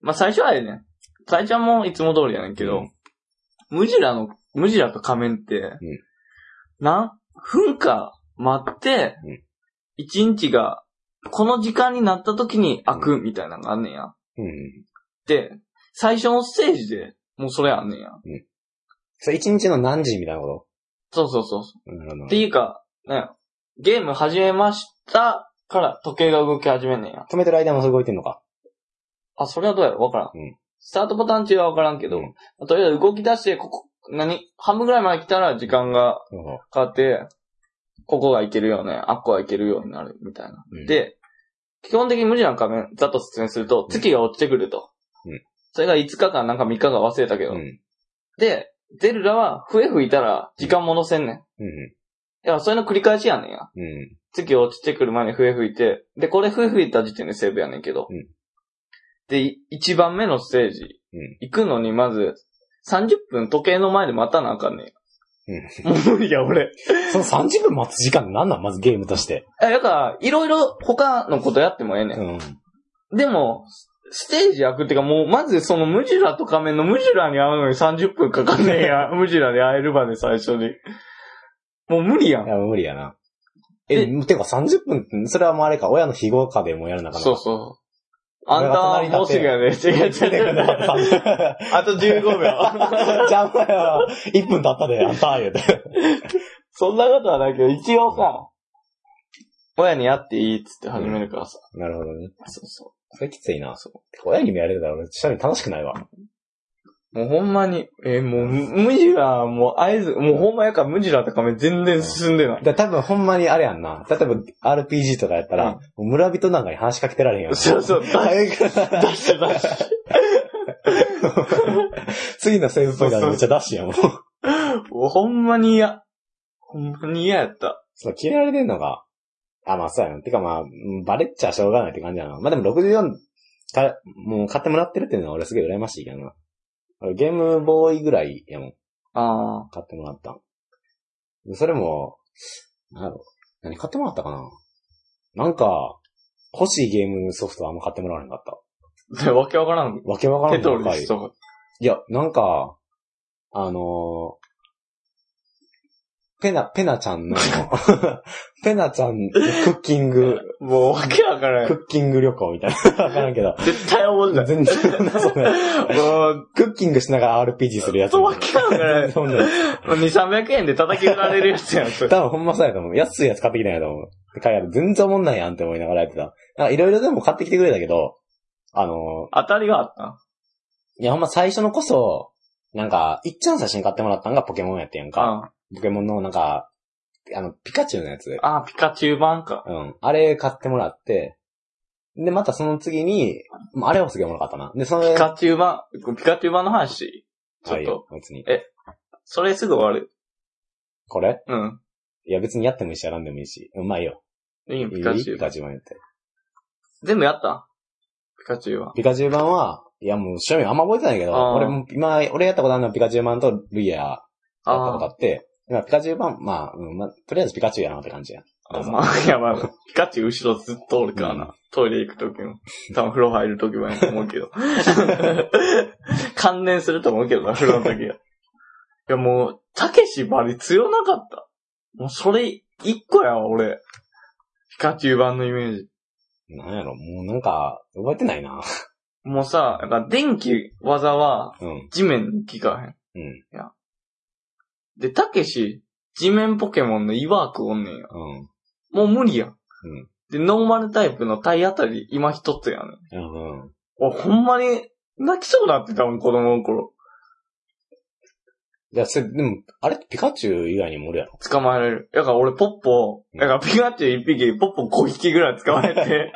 [SPEAKER 1] まあ、最初はあれね、最初はもういつも通りやねんけ
[SPEAKER 2] う
[SPEAKER 1] ど
[SPEAKER 2] ん、
[SPEAKER 1] ムジュラの、ムジュラと仮面って、何分か待って
[SPEAKER 2] うん、
[SPEAKER 1] 一日が、この時間になった時に開くみたいなのがあんねんや。
[SPEAKER 2] うん。
[SPEAKER 1] で、最初のステージで、もうそれあんねんや。
[SPEAKER 2] それ一日の何時みたいなこ
[SPEAKER 1] そうそうそうそ
[SPEAKER 2] となるほど
[SPEAKER 1] う。っていうか、ね、ゲーム始めましたから時計が動き始めんねんや。
[SPEAKER 2] 止めてる間も動いてんのか。
[SPEAKER 1] あ、それはどうやろわからん,、
[SPEAKER 2] うん
[SPEAKER 1] スタートボタン中はわからんけど、
[SPEAKER 2] うん
[SPEAKER 1] とりあえず動き出して、ここ、何半分ぐらいまで来たら時間が
[SPEAKER 2] なるほど
[SPEAKER 1] 変わって、ここがいけるよね、あっこがいけるようになる、みたいな。
[SPEAKER 2] うん
[SPEAKER 1] で、基本的に無理な仮面、ざっと説明すると、月が落ちてくると。
[SPEAKER 2] うん
[SPEAKER 1] それが5日間なんか3日間忘れたけど、
[SPEAKER 2] うん。
[SPEAKER 1] で、ゼルダは笛吹いたら時間戻せんねん。い
[SPEAKER 2] うん。
[SPEAKER 1] や、それの繰り返しやねんや。
[SPEAKER 2] うん。
[SPEAKER 1] 月落ちてくる前に笛吹いて、で、これ笛吹いた時点でセーブやねんけど。
[SPEAKER 2] うん
[SPEAKER 1] で、い一番目のステージ、
[SPEAKER 2] うん
[SPEAKER 1] 行くのにまず、30分時計の前で待たなあかんねん。もう無理や、俺。
[SPEAKER 2] その30分待つ時間って何なんまずゲームとして。
[SPEAKER 1] え、だから、いろいろ他のことやってもええね。
[SPEAKER 2] うんん。
[SPEAKER 1] でも、ステージ開くってか、もう、まずそのムジュラと仮面のムジュラに会うのに30分かかんねん や。ムジュラで会えるまで最初に。もう無理やん
[SPEAKER 2] い。や、無理やな。え、てか30分って、それはもうあれか、親の非合化でもやらなあかな
[SPEAKER 1] そうそう。あんたはもうすぐやね。違う違
[SPEAKER 2] 出てく
[SPEAKER 1] う
[SPEAKER 2] る
[SPEAKER 1] 違
[SPEAKER 2] の
[SPEAKER 1] う。あと15秒。
[SPEAKER 2] じゃあ、お前は1分経ったで、あんた、言うて。
[SPEAKER 1] そんなことはないけど、一応さ、親に会っていいっつって始めるからさ。
[SPEAKER 2] なるほどね。
[SPEAKER 1] そうそ
[SPEAKER 2] それきついな。
[SPEAKER 1] そ
[SPEAKER 2] 親に見られるだろうね。下に楽しくないわ。
[SPEAKER 1] う。もうほんまに、えーもう、ムジラもう会えず、もうほんまやからムジラとかめ全然進んでない。
[SPEAKER 2] だから多分ほんまにあれやんな。例えば RPG とかやったら、もう村人なんかに話しかけてられへんやん。
[SPEAKER 1] そうそう、出し
[SPEAKER 2] 早く
[SPEAKER 1] 出して出して。
[SPEAKER 2] 次のセーブポイントはめっちゃダッシュやもん。
[SPEAKER 1] も うほんまに嫌。ほんまに嫌やった。
[SPEAKER 2] そう、切れられてんのが。あ、まあそうやな。てかまあ、うんバレっちゃしょうがないって感じやな。まあでも64か、もう買ってもらってるっていうのは俺すげえ羨ましいけどな。俺ゲームボーイぐらいやもん。
[SPEAKER 1] ああ。
[SPEAKER 2] 買ってもらったん。でそれも、なんやろ。何買ってもらったかななんか、欲しいゲームソフトはあんま買ってもらわなかった。
[SPEAKER 1] で、わけわからん。
[SPEAKER 2] わけわから
[SPEAKER 1] テ
[SPEAKER 2] んの
[SPEAKER 1] ト
[SPEAKER 2] ばっか
[SPEAKER 1] リ
[SPEAKER 2] り
[SPEAKER 1] スとか。
[SPEAKER 2] いや、なんか、あのペナ、ペナちゃんの、 ペナちゃんのクッキング、
[SPEAKER 1] もうわけわから
[SPEAKER 2] ク
[SPEAKER 1] ん。
[SPEAKER 2] ッキング旅行みたいな。 わからんけど。
[SPEAKER 1] 絶対思んない。
[SPEAKER 2] 全然謎ね。
[SPEAKER 1] もう、
[SPEAKER 2] クッキングしながら RPG するやつ。
[SPEAKER 1] ほんとわけわからん。も
[SPEAKER 2] そんなの
[SPEAKER 1] う2、300円で叩き売られるやつやん、そ れ。
[SPEAKER 2] 多分ほんまそうやと思う。安いやつ買ってきたんやと思う。で海外で全然おもんないやんって思いながらやってた。なんかいろいろでも買ってきてくれたけど、あの
[SPEAKER 1] 当たりがあった
[SPEAKER 2] ー、いやほんま最初のこそ、なんか、いっちゃん最初に買ってもらったんがポケモンやってんやんか。
[SPEAKER 1] あ
[SPEAKER 2] ポケモンのなんか、あの、ピカチュウのやつ。
[SPEAKER 1] あ、ピカチュウ版か。
[SPEAKER 2] うん。あれ買ってもらって、で、またその次に、まああれはすげえおもろかったな。で、その、
[SPEAKER 1] ピカチュウ版、ピカチュウ版の話。ち
[SPEAKER 2] は
[SPEAKER 1] ょっ
[SPEAKER 2] い
[SPEAKER 1] と、、
[SPEAKER 2] 別に。
[SPEAKER 1] それすぐ終わる。
[SPEAKER 2] これ
[SPEAKER 1] うん。
[SPEAKER 2] いや別にやってもいいし、やらんでもいいし。うまいいよ。
[SPEAKER 1] いいよ
[SPEAKER 2] いい
[SPEAKER 1] ピカチュ
[SPEAKER 2] ピ
[SPEAKER 1] ウ版
[SPEAKER 2] カ。チュウ版やって。
[SPEAKER 1] 全部やったピカチュウは。
[SPEAKER 2] ピカチュウ版は、いやもう、正味あんま覚えてないけど、
[SPEAKER 1] あー
[SPEAKER 2] 俺も、今、俺やったことあるのはピカチュウ版とルイヤやったことあって、まあピカチュウ版、まあ、うんまあ、とりあえずピカチュウやなって感じや。
[SPEAKER 1] あ、まあ、いやまあ、ピカチュウ後ろずっとおるから
[SPEAKER 2] うん
[SPEAKER 1] な。トイレ行くときも。多分風呂入るときもやと思うけ ど。関連すると思うけどな、風呂のときは。いやもう、たけしバリ強なかった。もうそれ、一個やわ、俺。ピカチュウ版のイメージ。
[SPEAKER 2] なんやろ、もうなんか、覚えてない な。
[SPEAKER 1] もうさ、なんか電気技は
[SPEAKER 2] うん。
[SPEAKER 1] 地面に効かへん。
[SPEAKER 2] うん。
[SPEAKER 1] で、たけし、地面ポケモンのイワークおんねんや。
[SPEAKER 2] うん。
[SPEAKER 1] もう無理やん。
[SPEAKER 2] うん
[SPEAKER 1] で、ノーマルタイプの体当たり、今一つやねん。
[SPEAKER 2] うん。うん。
[SPEAKER 1] 俺、ほんまに、泣きそうになってたもん、子供の頃。
[SPEAKER 2] いや、それ、でも、あれってピカチュウ以外にもおる やろ。
[SPEAKER 1] 捕まえられる。だから俺、ポッポ、
[SPEAKER 2] うん
[SPEAKER 1] だからピカチュウ一匹、ポッポ5匹ぐらい捕まえ て、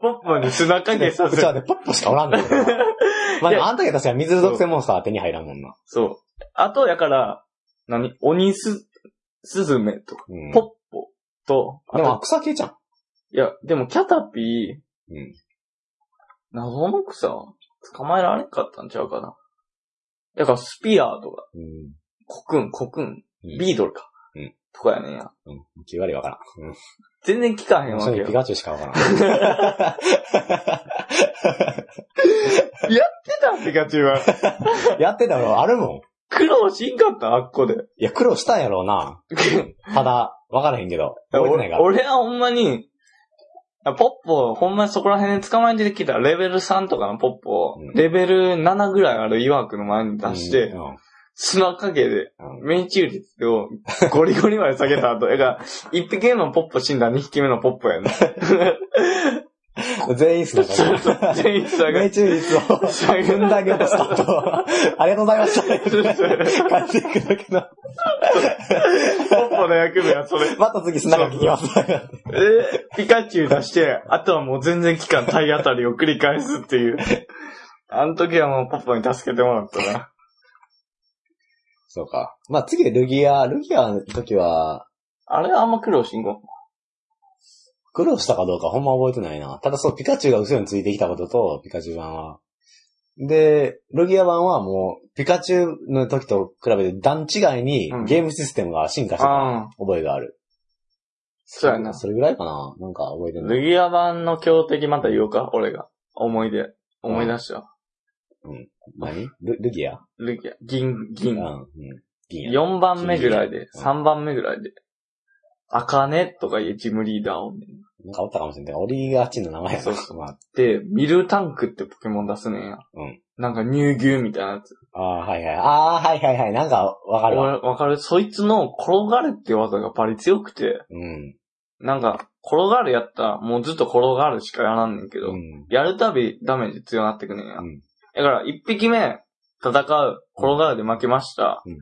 [SPEAKER 1] ポッポに砂かけさ
[SPEAKER 2] う
[SPEAKER 1] せ
[SPEAKER 2] ちは
[SPEAKER 1] る。
[SPEAKER 2] ね、ポッポしかおらんね んけど。まあ、
[SPEAKER 1] い
[SPEAKER 2] でも
[SPEAKER 1] や
[SPEAKER 2] あん時確かに水属性モンスターは手に入らんもんな。
[SPEAKER 1] そう。あと、やから、何鬼す、スズメとか、
[SPEAKER 2] うん。
[SPEAKER 1] ポッポと、あ
[SPEAKER 2] でも、
[SPEAKER 1] と、
[SPEAKER 2] 草系じゃん。
[SPEAKER 1] いや、でも、キャタピー、
[SPEAKER 2] うん。
[SPEAKER 1] 謎の草、捕まえられんかったんちゃうかな。だから、スピアーとか、
[SPEAKER 2] うん。
[SPEAKER 1] コクン、コクン、
[SPEAKER 2] うん
[SPEAKER 1] ビードルか。
[SPEAKER 2] うん
[SPEAKER 1] とかやねんや。
[SPEAKER 2] うん。9割わからん。うん。
[SPEAKER 1] 全然効かへんわ
[SPEAKER 2] そ
[SPEAKER 1] け
[SPEAKER 2] れ
[SPEAKER 1] よ
[SPEAKER 2] ピ。カチュウしかわからん。
[SPEAKER 1] ピカチュウは。
[SPEAKER 2] やってたろ、あるもん。
[SPEAKER 1] 苦労しんかった、あっこで。
[SPEAKER 2] いや、苦労したんやろ うな。ただ、わからへんけど。覚えてないから。
[SPEAKER 1] 俺はほんまに、あポッポ、ほんまにそこら辺で捕まえてきたレベル3とかのポッポを、
[SPEAKER 2] うん
[SPEAKER 1] レベル7ぐらいあるイワークの前に出して、
[SPEAKER 2] うんうん
[SPEAKER 1] 砂かけで
[SPEAKER 2] う、
[SPEAKER 1] 命中率をゴリゴリまで下げた後、 だから、1匹目のポッポ死んだら2匹目のポッポやね。
[SPEAKER 2] 全員すな
[SPEAKER 1] そうそう
[SPEAKER 2] か、
[SPEAKER 1] 全員下
[SPEAKER 2] ら。
[SPEAKER 1] が
[SPEAKER 2] 命中率を
[SPEAKER 1] 下げ
[SPEAKER 2] 踏んであげようとした と。ありがとうございました。帰っていくだけの。
[SPEAKER 1] ポッポの役目はそれ。
[SPEAKER 2] また次砂が聞きます。
[SPEAKER 1] え ーピカチュウ出して、あとはもう全然期間体当たりを繰り返すっていう。あの時はもうポッポに助けてもらったな。
[SPEAKER 2] そうか。まあ次ルギア、ルギアの時は、
[SPEAKER 1] あれはあんま苦労しんご。
[SPEAKER 2] 苦労したかどうかほんま覚えてないな。ただそう、ピカチュウが後ろについてきたことと、ピカチュウ版は。で、ルギア版はもう、ピカチュウの時と比べて段違いに
[SPEAKER 1] うん
[SPEAKER 2] ゲームシステムが進化してた
[SPEAKER 1] ああ、
[SPEAKER 2] 覚えがある。
[SPEAKER 1] そうやな。
[SPEAKER 2] それぐらいかななんか覚えてない。
[SPEAKER 1] ルギア版の強敵また言おうか、俺が。思い出。思い出した。
[SPEAKER 2] 何ルルギア
[SPEAKER 1] ルギア、銀、銀。
[SPEAKER 2] うん。銀や。
[SPEAKER 1] 4番目ぐらいで、3番目ぐらいで。アカネとかいうジムリーダーをね。
[SPEAKER 2] なんかおったかもしれない。オリガチの名前や
[SPEAKER 1] そ
[SPEAKER 2] な
[SPEAKER 1] うそ
[SPEAKER 2] まあ
[SPEAKER 1] で、ミルタンクってポケモン出すねんや。
[SPEAKER 2] うん
[SPEAKER 1] なんか乳牛みたいなやつ。
[SPEAKER 2] ああー、はいはい。ああー、はいはいはい。なんか、わかるわ。
[SPEAKER 1] わわかるそいつの転がれって技がバリ強くて、
[SPEAKER 2] うん。
[SPEAKER 1] なんか、転がるやったら、もうずっと転がるしかやらんねんけ
[SPEAKER 2] う
[SPEAKER 1] ど、
[SPEAKER 2] ん。
[SPEAKER 1] やるたびダメージ強なってくねんや。
[SPEAKER 2] うん
[SPEAKER 1] だから、一匹目、戦う、転がるで負けました。
[SPEAKER 2] うん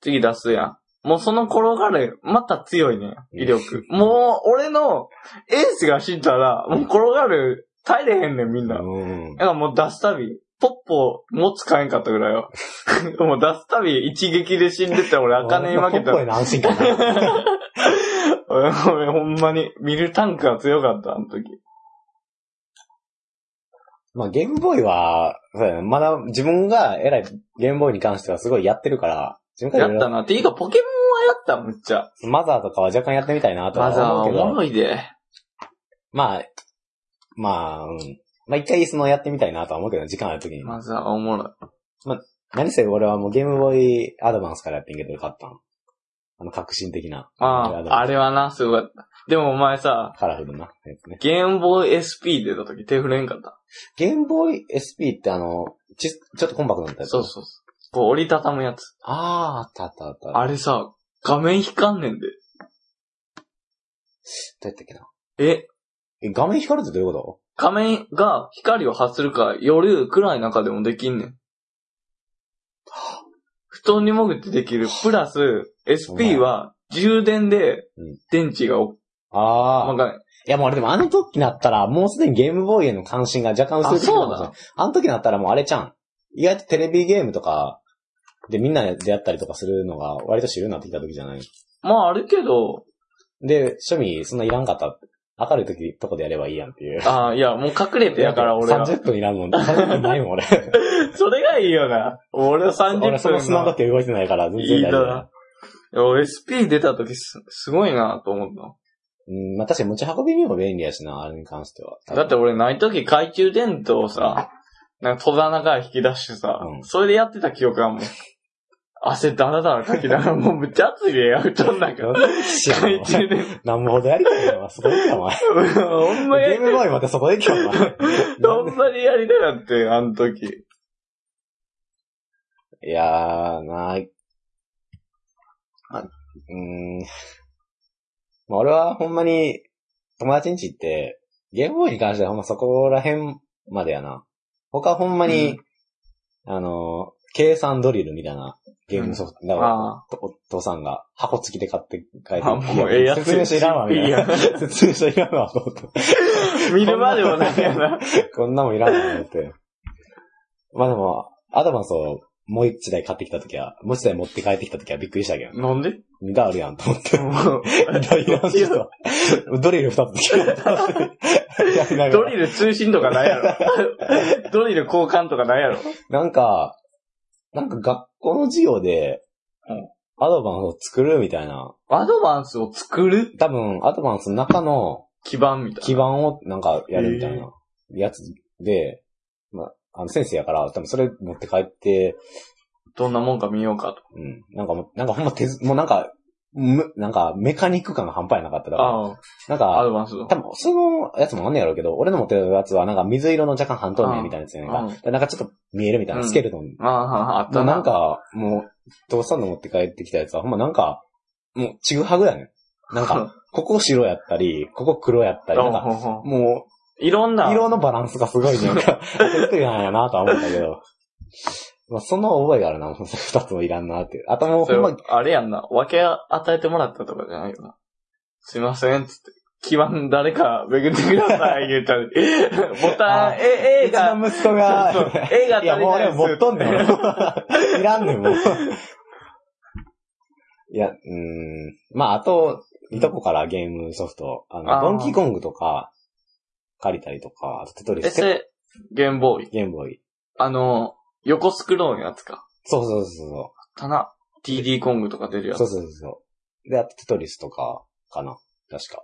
[SPEAKER 1] 次出すやん。もうその転がれ、また強いねん、威力。もう、俺の、エースが死んだら、もう転がる、耐えれへんねん、みんな。
[SPEAKER 2] うん
[SPEAKER 1] だからもう出すたび、ポッポも使えんかったぐらいは。 もう出すたび一撃で死んでた俺、あかねに負けた
[SPEAKER 2] ポッポ。への安心感な
[SPEAKER 1] 俺、ほんまに、ミルタンクが強かった、あの時。
[SPEAKER 2] まあ、ゲームボーイは、そうやなまだ自分が偉いゲームボーイに関してはすごいやってるから、自分か
[SPEAKER 1] や
[SPEAKER 2] らいろ
[SPEAKER 1] っ
[SPEAKER 2] いろ
[SPEAKER 1] たな。っていうか、ポケモンはやった、むっちゃ。
[SPEAKER 2] マザーとかは若干やってみたいなと
[SPEAKER 1] マザーは
[SPEAKER 2] は
[SPEAKER 1] お
[SPEAKER 2] 思うけ
[SPEAKER 1] も
[SPEAKER 2] ど、
[SPEAKER 1] ろいで。
[SPEAKER 2] まあ、まあ、うん。まあ一回そのやってみたいなとは思うけど、時間ある時に。
[SPEAKER 1] マザーはおもろい。
[SPEAKER 2] 何せ俺はもうゲームボーイアドバンスからやってんけど、買ったん。あの、革新的な。
[SPEAKER 1] あ
[SPEAKER 2] れは
[SPEAKER 1] あ、
[SPEAKER 2] だ
[SPEAKER 1] あれはな、すごかった。でもお前さ、
[SPEAKER 2] カラフルなやつね。
[SPEAKER 1] ゲームボーイ SP 出た時手触れんかった。
[SPEAKER 2] ゲームボーイ SP ってあの、ち、ちょっとコンパクトだったやつ
[SPEAKER 1] そうそうそう。こう折りたたむやつ。
[SPEAKER 2] あー、あったあったあった。あ
[SPEAKER 1] あれさ、画面光んねんで。
[SPEAKER 2] どうやったっけな。
[SPEAKER 1] え、
[SPEAKER 2] え、画面光るってどういうこ
[SPEAKER 1] 画面が光を発するから夜暗い中でもできんねん。布団に潜ってできる。プラス、SP は充電で
[SPEAKER 2] うん
[SPEAKER 1] 電池がお、
[SPEAKER 2] とあー。
[SPEAKER 1] まかない。
[SPEAKER 2] いやもうあれでもあの時になったら、もうすでにゲームボーイへの関心が若干薄
[SPEAKER 1] あ、
[SPEAKER 2] れてきたか
[SPEAKER 1] そう
[SPEAKER 2] もしれな
[SPEAKER 1] だ
[SPEAKER 2] い。。あの時になったらもうあれちゃん。意外とテレビゲームとか、でみんなで出会ったりとかするのが割と主流になってきた時じゃない。
[SPEAKER 1] まああるけど、
[SPEAKER 2] で、趣味そんないらんかった。明るい時、とこでやればいいやんっていう。
[SPEAKER 1] あいや、もう隠れてやから俺は。
[SPEAKER 2] 30分いらんもん。30分ないもん俺。
[SPEAKER 1] それがいいよな。俺は30分
[SPEAKER 2] 俺そのスマホだ
[SPEAKER 1] の。
[SPEAKER 2] け動いてないから、全
[SPEAKER 1] い
[SPEAKER 2] 然
[SPEAKER 1] い
[SPEAKER 2] 大
[SPEAKER 1] だ
[SPEAKER 2] 丈
[SPEAKER 1] な
[SPEAKER 2] 夫。。
[SPEAKER 1] 俺 SP 出た時す、すごいなと思っ
[SPEAKER 2] うん、まあ、確かに持ち運びにも便利やしな、あれに関しては。
[SPEAKER 1] た。だって俺ない時懐中電灯をさ、なんか戸棚から引き出してさ、
[SPEAKER 2] うん
[SPEAKER 1] それでやってた記憶がもう、汗だらだらかきながら、もうむっちゃ熱いでやるとんなんか。
[SPEAKER 2] 知らん
[SPEAKER 1] 懐
[SPEAKER 2] わ
[SPEAKER 1] 中電
[SPEAKER 2] なんぼほどやりたいのそこ行 けよ、お前。
[SPEAKER 1] 灯。ほんまや
[SPEAKER 2] ゲ
[SPEAKER 1] り
[SPEAKER 2] ームボーイまたそこ行けよ、お前。
[SPEAKER 1] ほんまにやりたかったよ、あの時。
[SPEAKER 2] いやー、なーまあ、うーん。まあ、俺はほんまに、友達んち行って、ゲームボーイに関してはほんまそこら辺までやな。他ほんまに、あのー、計算ドリルみたいなゲームソフト、だから、
[SPEAKER 1] あ
[SPEAKER 2] おお父さんが箱付きで買って帰って
[SPEAKER 1] あ、もうええやつ。
[SPEAKER 2] 説明書いらんわ、みたい
[SPEAKER 1] い
[SPEAKER 2] な。
[SPEAKER 1] や、
[SPEAKER 2] 説明書いらんわ、と思って。
[SPEAKER 1] 見るまでもないやな。
[SPEAKER 2] こんなもんいらんわ、と思って。まあでも、アドバンスをもう一台買ってきたときは、もう一台持って帰ってきたときはびっくりしたけど、
[SPEAKER 1] なんで
[SPEAKER 2] 二台あるやん、と思って。
[SPEAKER 1] もう
[SPEAKER 2] 二台いらんしさドリル二つできるやりながら
[SPEAKER 1] ドリル通信とかないやろ。ドリル交換とかないやろ。
[SPEAKER 2] なんか、なんか学校の授業で
[SPEAKER 1] うん、
[SPEAKER 2] アドバンスを作るみたいな。
[SPEAKER 1] アドバンスを作る
[SPEAKER 2] 多分、アドバンスの中の、
[SPEAKER 1] 基盤みたい
[SPEAKER 2] 基
[SPEAKER 1] な。
[SPEAKER 2] 盤をなんかやるみたいなやつで、まあ、あの先生やから、多分それ持って帰って、
[SPEAKER 1] どんなもんか見ようかと。
[SPEAKER 2] うん、なんかもう、なんかほんま手ず、もうなんか、む、なんかメカニック感が半端やなかったから、
[SPEAKER 1] あ
[SPEAKER 2] なん
[SPEAKER 1] あ、ア
[SPEAKER 2] か、
[SPEAKER 1] ドバンスを。
[SPEAKER 2] 多分そのやつもあんねやろうけど、俺の持ってるやつはなんか水色の若干半透明みたいなやつやねん
[SPEAKER 1] うん
[SPEAKER 2] か。でなんかちょっと見えるみたいな、
[SPEAKER 1] うん
[SPEAKER 2] スケルトン。
[SPEAKER 1] ああ、あっ
[SPEAKER 2] も
[SPEAKER 1] た
[SPEAKER 2] う
[SPEAKER 1] な。
[SPEAKER 2] なんか、もう、父さんの持って帰ってきたやつはほんまなんか、もうちぐはぐやねん。なんか、ここ白やったり、ここ黒やったり、なんか、
[SPEAKER 1] ほうほうほ
[SPEAKER 2] もう、
[SPEAKER 1] ういろんな。
[SPEAKER 2] 色のバランスがすごいなん か、手作りなんやなとは思うんだけど。まあ、その覚えがあるな、もう二つもいらんなっていう。あとも
[SPEAKER 1] そ
[SPEAKER 2] うほ
[SPEAKER 1] れ
[SPEAKER 2] んま、
[SPEAKER 1] あれやんな。分け与えてもらったとかじゃないよな。すいません、つって。基盤誰かめぐってくだ さい、言うたり。ボタ
[SPEAKER 2] あ
[SPEAKER 1] ン、え、
[SPEAKER 2] う
[SPEAKER 1] A
[SPEAKER 2] ちの
[SPEAKER 1] が、
[SPEAKER 2] 息子
[SPEAKER 1] そう
[SPEAKER 2] が、
[SPEAKER 1] そう A が足
[SPEAKER 2] い
[SPEAKER 1] りな
[SPEAKER 2] や、
[SPEAKER 1] い
[SPEAKER 2] もう俺もぼ っとんねん。
[SPEAKER 1] です
[SPEAKER 2] いらんねん、もう。いや、うーん。まあ、あと、いとこからゲームソフト、あの、
[SPEAKER 1] あー
[SPEAKER 2] ドンキーコングとか、借りたりとか、あとテトリ
[SPEAKER 1] え、
[SPEAKER 2] ス
[SPEAKER 1] そ、れ、ゲームボーイ。
[SPEAKER 2] ゲームボーイ。
[SPEAKER 1] あの、横スクロールのやつか。
[SPEAKER 2] そうそうそうそ
[SPEAKER 1] 棚。TD コングとか出るや
[SPEAKER 2] う。
[SPEAKER 1] つ。
[SPEAKER 2] そうそうそうそう。で、あとテトリスとか、かな。確か。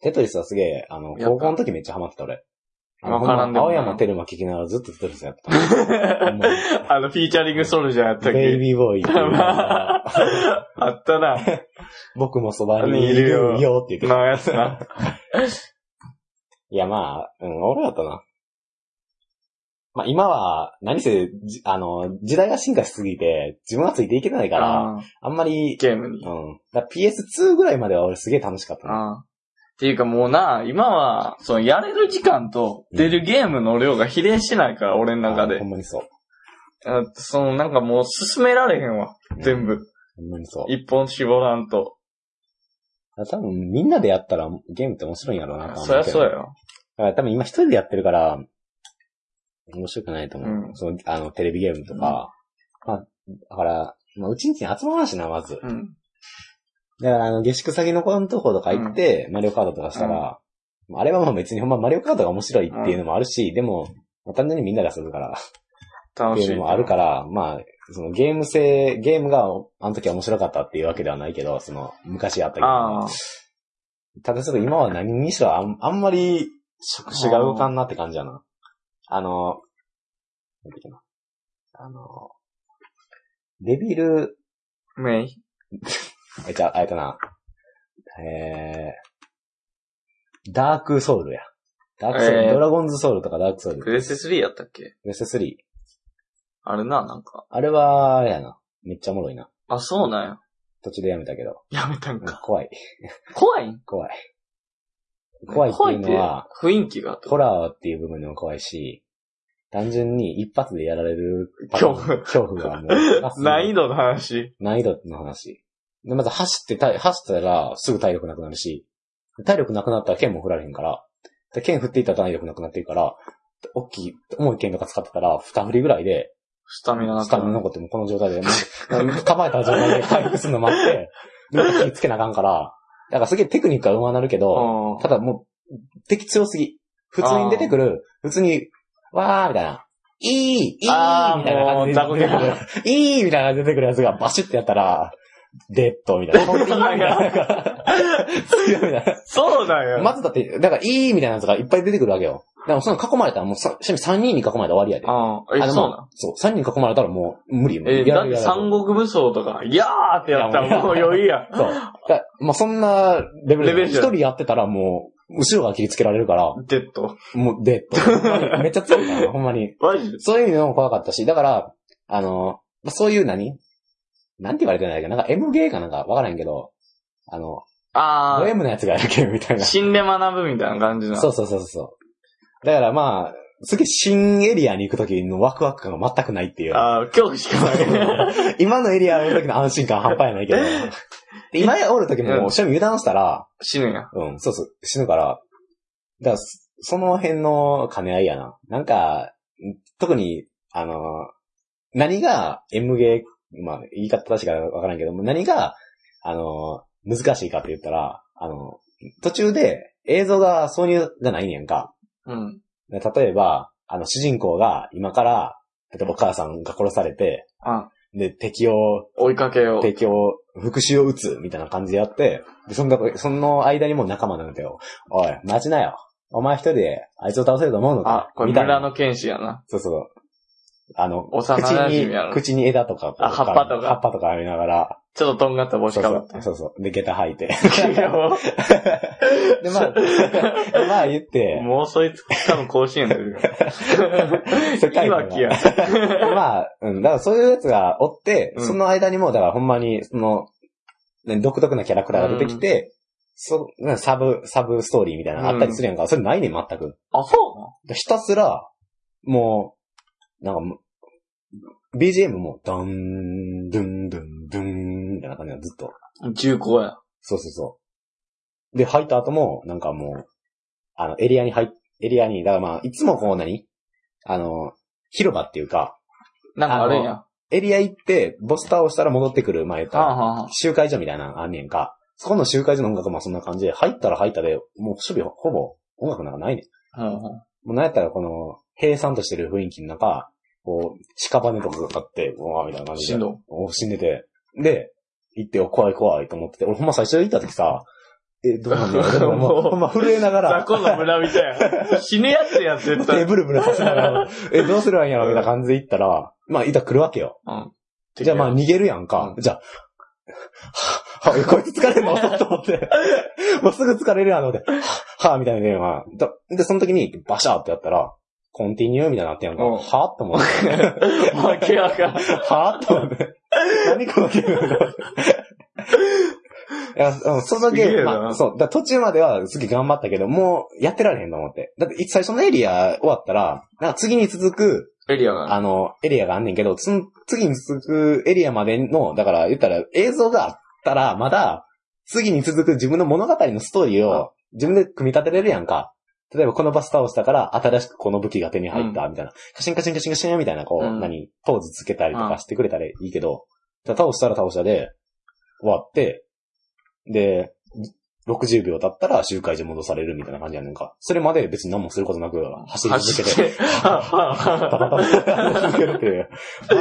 [SPEAKER 2] テトリスはすげえ、あの、
[SPEAKER 1] やっぱ
[SPEAKER 2] 高校の時めっちゃハマってた俺。あの
[SPEAKER 1] わからんでも
[SPEAKER 2] 青
[SPEAKER 1] ない
[SPEAKER 2] 山テルマ聞きながらずっとテトリス やってた。もう
[SPEAKER 1] あの、フィーチャリングソルジャーやったっ
[SPEAKER 2] ベイ
[SPEAKER 1] け
[SPEAKER 2] ビーボー イっていうのが。
[SPEAKER 1] あった な。
[SPEAKER 2] 僕もそばにいる
[SPEAKER 1] いる
[SPEAKER 2] よって言ってた。
[SPEAKER 1] のやつな。
[SPEAKER 2] いや、まあ、うん、俺だったな。まあ、今は、何せ、じあの、時代が進化しすぎて、自分はついていけないから、
[SPEAKER 1] あー
[SPEAKER 2] あんまり、
[SPEAKER 1] ゲーム
[SPEAKER 2] う
[SPEAKER 1] に。
[SPEAKER 2] ん。だから PS2 ぐらいまでは俺すげえ楽しかったな。
[SPEAKER 1] あーっていうかもうな、今は、そのやれる時間と出るゲームの量が比例してないから、俺の中
[SPEAKER 2] あ
[SPEAKER 1] で
[SPEAKER 2] ほ。んまにそう。
[SPEAKER 1] あそのなんかもう進められへんわ。全部。
[SPEAKER 2] ほんまにそう。
[SPEAKER 1] 一本絞らんと。
[SPEAKER 2] だから多分みんなでやったらゲームって面白いんやろうなと思うけ
[SPEAKER 1] そり
[SPEAKER 2] ど
[SPEAKER 1] ゃそうや。よ。
[SPEAKER 2] だから多分今一人でやってるから、面白くないと思う。
[SPEAKER 1] うん
[SPEAKER 2] その、あの、テレビゲームとか。まあ、だから、まあ、うちんちに集まらんしな、まず。
[SPEAKER 1] うん。
[SPEAKER 2] だから、あの、下宿先の子のとことか行って、マリオカードとかしたら、あれはもう別にほんまマリオカードが面白いっていうのもあるし、でも、まあ単純にみんなで遊ぶから、っ
[SPEAKER 1] 楽
[SPEAKER 2] てい
[SPEAKER 1] し
[SPEAKER 2] う
[SPEAKER 1] い。
[SPEAKER 2] のもあるから、まあ、そのゲーム性、ゲームがあの時は面白かったっていうわけではないけど、その、昔あったけ
[SPEAKER 1] あ
[SPEAKER 2] ど、
[SPEAKER 1] あ。
[SPEAKER 2] ただちょっと今は何にしろあんあんまり、触手が動かんなって感じやな。あの、なんていうかな。あの、デビル、
[SPEAKER 1] メイ。
[SPEAKER 2] え、じゃあ、あえっとな。えー、ダークソウルや。ダークソウル、
[SPEAKER 1] えー
[SPEAKER 2] ドラゴンズソウルとかダークソウル。
[SPEAKER 1] プ
[SPEAKER 2] プ
[SPEAKER 1] レステ3やったっけ
[SPEAKER 2] レステ3。
[SPEAKER 1] あれな、なんか。
[SPEAKER 2] あれは、あれやな。めっちゃおもろいな。
[SPEAKER 1] あ、そうなん
[SPEAKER 2] 途中でやめたけど。
[SPEAKER 1] や。やめたんか。
[SPEAKER 2] 怖い。
[SPEAKER 1] 怖いん
[SPEAKER 2] 怖い。怖いっていうのは、
[SPEAKER 1] 怖いって雰囲気があった。
[SPEAKER 2] ホラーっていう部分でも怖いし、単純に一発でやられるパターン。
[SPEAKER 1] 恐怖
[SPEAKER 2] 恐怖はも う。
[SPEAKER 1] 難易度の話。
[SPEAKER 2] 難易度の話。で、まず走ってた、走ったらすぐ体力なくなるし、体力なくなったら剣も振られへんから、で剣振っていったら体力なくなってるから、大きい、重い剣とか使ってたら、二振りぐらいで、
[SPEAKER 1] スタミナな
[SPEAKER 2] スタミナ残ってもこの状態で、もう構えた状態で回復するの待って、でまた火つけなあかんから、だからすげえテクニックは上手なるけど、
[SPEAKER 1] うん
[SPEAKER 2] ただもう、敵強すぎ。普通に出てくる、普通に、わーみたいな。いいいいみ
[SPEAKER 1] あー
[SPEAKER 2] たいな感じ
[SPEAKER 1] もう
[SPEAKER 2] で出てくる。 いいみたいな出てくるやつがバシッてやったら、デッドみたいな。いいみたいな。強いみたい
[SPEAKER 1] そうなん
[SPEAKER 2] な。
[SPEAKER 1] や。
[SPEAKER 2] まずだって、だからいいみたいなやつがいっぱい出てくるわけよ。だからその囲まれたらもうさ、しかも3人に囲まれたら終わりやで。
[SPEAKER 1] ああ、え、
[SPEAKER 2] あの
[SPEAKER 1] そうなん
[SPEAKER 2] そう、3人に囲まれたらもう無理よ。
[SPEAKER 1] え
[SPEAKER 2] や
[SPEAKER 1] だっ
[SPEAKER 2] る
[SPEAKER 1] て
[SPEAKER 2] やる
[SPEAKER 1] 三国武装とか、いやーってやった
[SPEAKER 2] いや
[SPEAKER 1] ら
[SPEAKER 2] も
[SPEAKER 1] も
[SPEAKER 2] う
[SPEAKER 1] う余裕や。
[SPEAKER 2] そう。だからまあそんな
[SPEAKER 1] レ
[SPEAKER 2] レベ
[SPEAKER 1] ベ
[SPEAKER 2] ル
[SPEAKER 1] ル
[SPEAKER 2] で、
[SPEAKER 1] じ
[SPEAKER 2] 一
[SPEAKER 1] ゃん
[SPEAKER 2] 人やってたらもう、後ろが切りつけられるから、
[SPEAKER 1] デッド。
[SPEAKER 2] もうデッ ド。めっちゃ強いから、ほんまに。
[SPEAKER 1] マジで
[SPEAKER 2] そういう意味でも怖かったし、だから、あの、まあそういう何なんて言われてないけど、なんか M ゲーかなんかわからへんけど、あの、
[SPEAKER 1] あ
[SPEAKER 2] ド
[SPEAKER 1] あ、
[SPEAKER 2] M のやつがやるけみたいな。そ
[SPEAKER 1] 死んで学ぶみたいな感じな。
[SPEAKER 2] うそうそうそう。だからまあ、すげえ新エリアに行くときのワクワク感が全くないっていう。
[SPEAKER 1] ああ、恐怖しかない。
[SPEAKER 2] 今のエリアの時の安心感半端やないけど。 で今おる時ももう
[SPEAKER 1] うん
[SPEAKER 2] 趣味油断したら、
[SPEAKER 1] 死ぬんや。
[SPEAKER 2] うん、そうそう、死ぬから。だから、そその辺の兼ね合いやな。なんか、ん特に、あの、何が M ゲー、まあ、言い方正しいかわからんけども、何が、あの、難しいかって言ったら、あの、途中で映像が挿入がないねんか。
[SPEAKER 1] うん。
[SPEAKER 2] 例えば、あの、主人公が今から、例えばお母さんが殺されて、
[SPEAKER 1] あ
[SPEAKER 2] で、敵を
[SPEAKER 1] 追いかけよう。
[SPEAKER 2] 提供、復讐を打つ、みたいな感じでやって、で、そんな、その間にもう仲間なんだよ。おい、待ちなよ。お前一人で、あいつを倒せると思うの
[SPEAKER 1] あ
[SPEAKER 2] か、
[SPEAKER 1] これ
[SPEAKER 2] みたい
[SPEAKER 1] 村
[SPEAKER 2] な。
[SPEAKER 1] の剣士やな。
[SPEAKER 2] そうそう。あの、口
[SPEAKER 1] 幼馴染や
[SPEAKER 2] に、
[SPEAKER 1] ろ
[SPEAKER 2] 口に枝とか、
[SPEAKER 1] あ葉っぱとか
[SPEAKER 2] 葉っぱとかありながら、
[SPEAKER 1] ちょっととんがった帽子
[SPEAKER 2] そう
[SPEAKER 1] か
[SPEAKER 2] そ
[SPEAKER 1] ぶ
[SPEAKER 2] う
[SPEAKER 1] って。
[SPEAKER 2] そうそう。で、下 駄履いて。
[SPEAKER 1] いやも
[SPEAKER 2] で、まあ、でまあ言っ
[SPEAKER 1] う
[SPEAKER 2] て、
[SPEAKER 1] もうそいつ、多分甲子園出 る
[SPEAKER 2] 世
[SPEAKER 1] よ。
[SPEAKER 2] 界
[SPEAKER 1] い
[SPEAKER 2] の
[SPEAKER 1] わきや。
[SPEAKER 2] まあ、うん、だからそういうやつがおって、
[SPEAKER 1] うん
[SPEAKER 2] その間にも、だからほんまに、その、ね独特なキャラクターが出てきて、そなサブ、サブストーリーみたいなのあったりするやんか。それないねん、全く。
[SPEAKER 1] あ、そ
[SPEAKER 2] ひたすら、もう、なんかもう、BGM も、ドン、ドゥン、ドゥン、ドゥン、みたいな感じがずっと。
[SPEAKER 1] うなん重厚や。
[SPEAKER 2] そうそうそう。で、入った後も、なんかもう、あの、エリアに入っ、エリアに、だからまあ、いつもこう何あの、広場っていうか、
[SPEAKER 1] なんかあるんや。
[SPEAKER 2] あエリア行って、ボス倒したら戻ってくる、まあ言った
[SPEAKER 1] はあ
[SPEAKER 2] ら、
[SPEAKER 1] はあはあ
[SPEAKER 2] 集会所みたいなのあんねんか。そこの集会所の音楽もそんな感じで、入ったら入ったで、もう守備ほぼ音楽なんかないねん。
[SPEAKER 1] うんうん
[SPEAKER 2] もうなんやったらこの、平散としてる雰囲気の中、こう、屍とかがあって、うわーみたいな感じで。
[SPEAKER 1] しんど。
[SPEAKER 2] お死んでて。で、行って、お怖い怖いと思ってて、俺ほんま最初行った時さ、え、どうなん だろうでももうほんま震えながら
[SPEAKER 1] 雑、魚の村みたいや。死ぬやつや、絶
[SPEAKER 2] 手
[SPEAKER 1] 対。
[SPEAKER 2] ブルブルさせながら、え、どうすればいいんやろみたいな感じで行ったら、まあ、いたら来るわけよ。じゃあまあ逃げるやんか。じゃあ、 はぁ、はぁ、こいつ疲れん のと思って。もうすぐ疲れるやん、と思って。はぁ、はぁ、みたいな電話。だで、その時にバシャーってやったら、コンティニューみたいになってんやんか。
[SPEAKER 1] うん
[SPEAKER 2] はぁと思って。
[SPEAKER 1] 負けやが。
[SPEAKER 2] はぁと思って。何このゲームと思っていや、うんそのゲー
[SPEAKER 1] すげえ
[SPEAKER 2] ム、
[SPEAKER 1] な
[SPEAKER 2] まあ、そう、だから途中まではすげえ頑張ったけど、もうやってられへんと思って。だって、最初のエリア終わったら、なんか次に続く、
[SPEAKER 1] エリアが。
[SPEAKER 2] あの、エリアがあんねんけど、つん、次に続くエリアまでの、だから言ったら映像があったら、まだ、次に続く自分の物語のストーリーを自分で組み立てれるやんか。例えばこのバス倒したから新しくこの武器が手に入った、みたいな。カシンカシンカシンカシンみたいな、こう、
[SPEAKER 1] うん
[SPEAKER 2] 何、ポーズつけたりとかしてくれたらいいけど、ただ倒したら倒したで、終わって、で、60秒経ったら集会所戻されるみたいな感じやねんか。それまで別に何もすることなく走り続け
[SPEAKER 1] 走、
[SPEAKER 2] て
[SPEAKER 1] って。
[SPEAKER 2] パタパタパタ続けるっていう。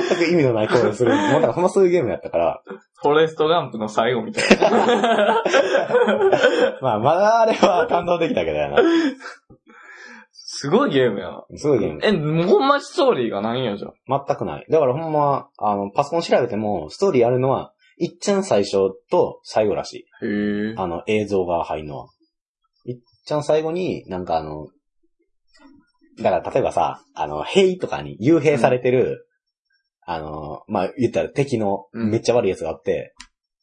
[SPEAKER 2] 全く意味のない行為をする。もうなんかほんまそういうゲームやったから。
[SPEAKER 1] フォレストガンプの最後みたいな。
[SPEAKER 2] まあ、まだあれは感動できたけどやな。
[SPEAKER 1] すごいゲームやな。
[SPEAKER 2] すごいゲーム。
[SPEAKER 1] え、もうほんまストーリーがないんやじゃん。
[SPEAKER 2] 全くない。だからほんま、あの、パソコン調べても、ストーリーあるのは、いっちゃん最初と最後らしい。
[SPEAKER 1] へえ。
[SPEAKER 2] あの、映像が入るのは。いっちゃん最後に、なんかあの、だから例えばさ、あの、兵とかに幽閉されてる、あの、まあ、言ったら敵のめっちゃ悪いやつがあって、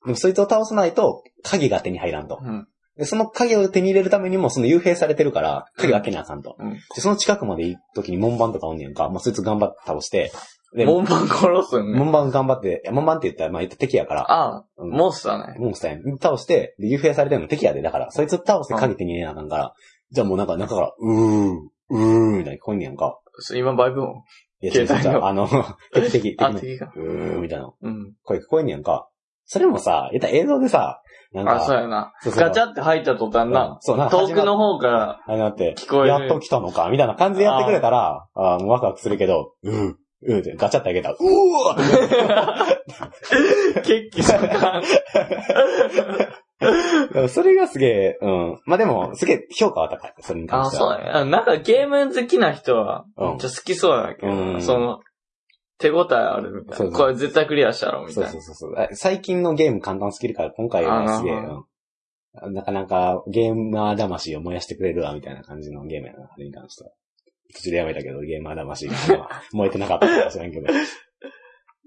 [SPEAKER 2] でもそいつを倒さないと、鍵が手に入らんと。
[SPEAKER 1] うん。
[SPEAKER 2] で、その鍵を手に入れるためにも、その幽閉されてるから、鍵を開けなあかんと。
[SPEAKER 1] うん。
[SPEAKER 2] で、その近くまで行く時に門番とかおんねやんか。まあ、そいつ頑張って倒して、で、
[SPEAKER 1] 門番殺すんね。
[SPEAKER 2] 門番頑張って、いや門番って言ったら、まあ、言ったら敵やから、
[SPEAKER 1] ああ、
[SPEAKER 2] うん
[SPEAKER 1] モンスターね。
[SPEAKER 2] モンスターやん。倒して、で、幽閉されてるの敵やで、だから、そいつ倒して鍵手に入れなあかんから、じゃあもうなんか中から、うー、うー、みたいに聞こえんねやんか。
[SPEAKER 1] そう今バイブ音。
[SPEAKER 2] いや、
[SPEAKER 1] 携帯の
[SPEAKER 2] そうそうあの、 敵敵、敵
[SPEAKER 1] あ、
[SPEAKER 2] の、
[SPEAKER 1] 敵か。
[SPEAKER 2] うー、みたいな
[SPEAKER 1] うん。
[SPEAKER 2] 声聞こえんねやんか。それもさ、言ったら映像でさ、なんか、
[SPEAKER 1] あ、そうやな。
[SPEAKER 2] そうそう
[SPEAKER 1] ガチャって入った途端
[SPEAKER 2] うん
[SPEAKER 1] な、
[SPEAKER 2] そう、なんか
[SPEAKER 1] 遠
[SPEAKER 2] 始ま
[SPEAKER 1] く
[SPEAKER 2] っ
[SPEAKER 1] の方から
[SPEAKER 2] あれなって、
[SPEAKER 1] 聞こえ
[SPEAKER 2] やっと
[SPEAKER 1] る。
[SPEAKER 2] 来たのか、みたいな感じでやってくれたら、あーもうワクワクするけど、うん、うんってガチャってあげたら、うおーって
[SPEAKER 1] 決起した 感。
[SPEAKER 2] だからそれがすげえ、うん。まあ、でも、すげえ評価は高い。それに関
[SPEAKER 1] あ、
[SPEAKER 2] して
[SPEAKER 1] そ
[SPEAKER 2] は。
[SPEAKER 1] うやね。なんかゲーム好きな人は、
[SPEAKER 2] うん
[SPEAKER 1] めっちゃ好きそうやけど
[SPEAKER 2] う
[SPEAKER 1] な、
[SPEAKER 2] ん
[SPEAKER 1] その、手応えあるみた
[SPEAKER 2] そ
[SPEAKER 1] いうな。
[SPEAKER 2] そう
[SPEAKER 1] これ絶対クリアしたろ、みた
[SPEAKER 2] そ
[SPEAKER 1] いうな
[SPEAKER 2] そう。そうそう。あ最近のゲーム簡単すぎるから、今回はすげえ、
[SPEAKER 1] あー
[SPEAKER 2] うん。なかなかゲーマー魂を燃やしてくれるわ、みたいな感じのゲームやな、それに関しては。途中でやめたけど、ゲーマー魂が燃えてなかったかもしれん けど。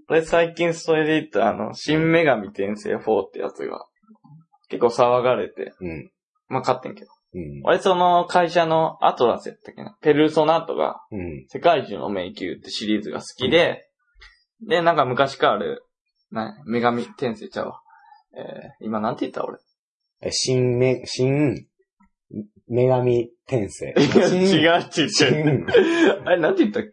[SPEAKER 1] 俺最近それで言ったあの、新女神転生4ってやつが、結構騒がれて、
[SPEAKER 2] うん。
[SPEAKER 1] まあ、勝ってんけど。
[SPEAKER 2] うん。
[SPEAKER 1] 俺その会社のアトラスやったっけな。ペルソナとか、
[SPEAKER 2] うん。
[SPEAKER 1] 世界中の迷宮ってシリーズが好きで、で、なんか昔からある、な女神転生ちゃうわ。えー、今なんて言った 俺。
[SPEAKER 2] え新め、新、女神転生。
[SPEAKER 1] いや
[SPEAKER 2] 新
[SPEAKER 1] 違う違う違う。
[SPEAKER 2] 新
[SPEAKER 1] あれ、なんて言ったっけ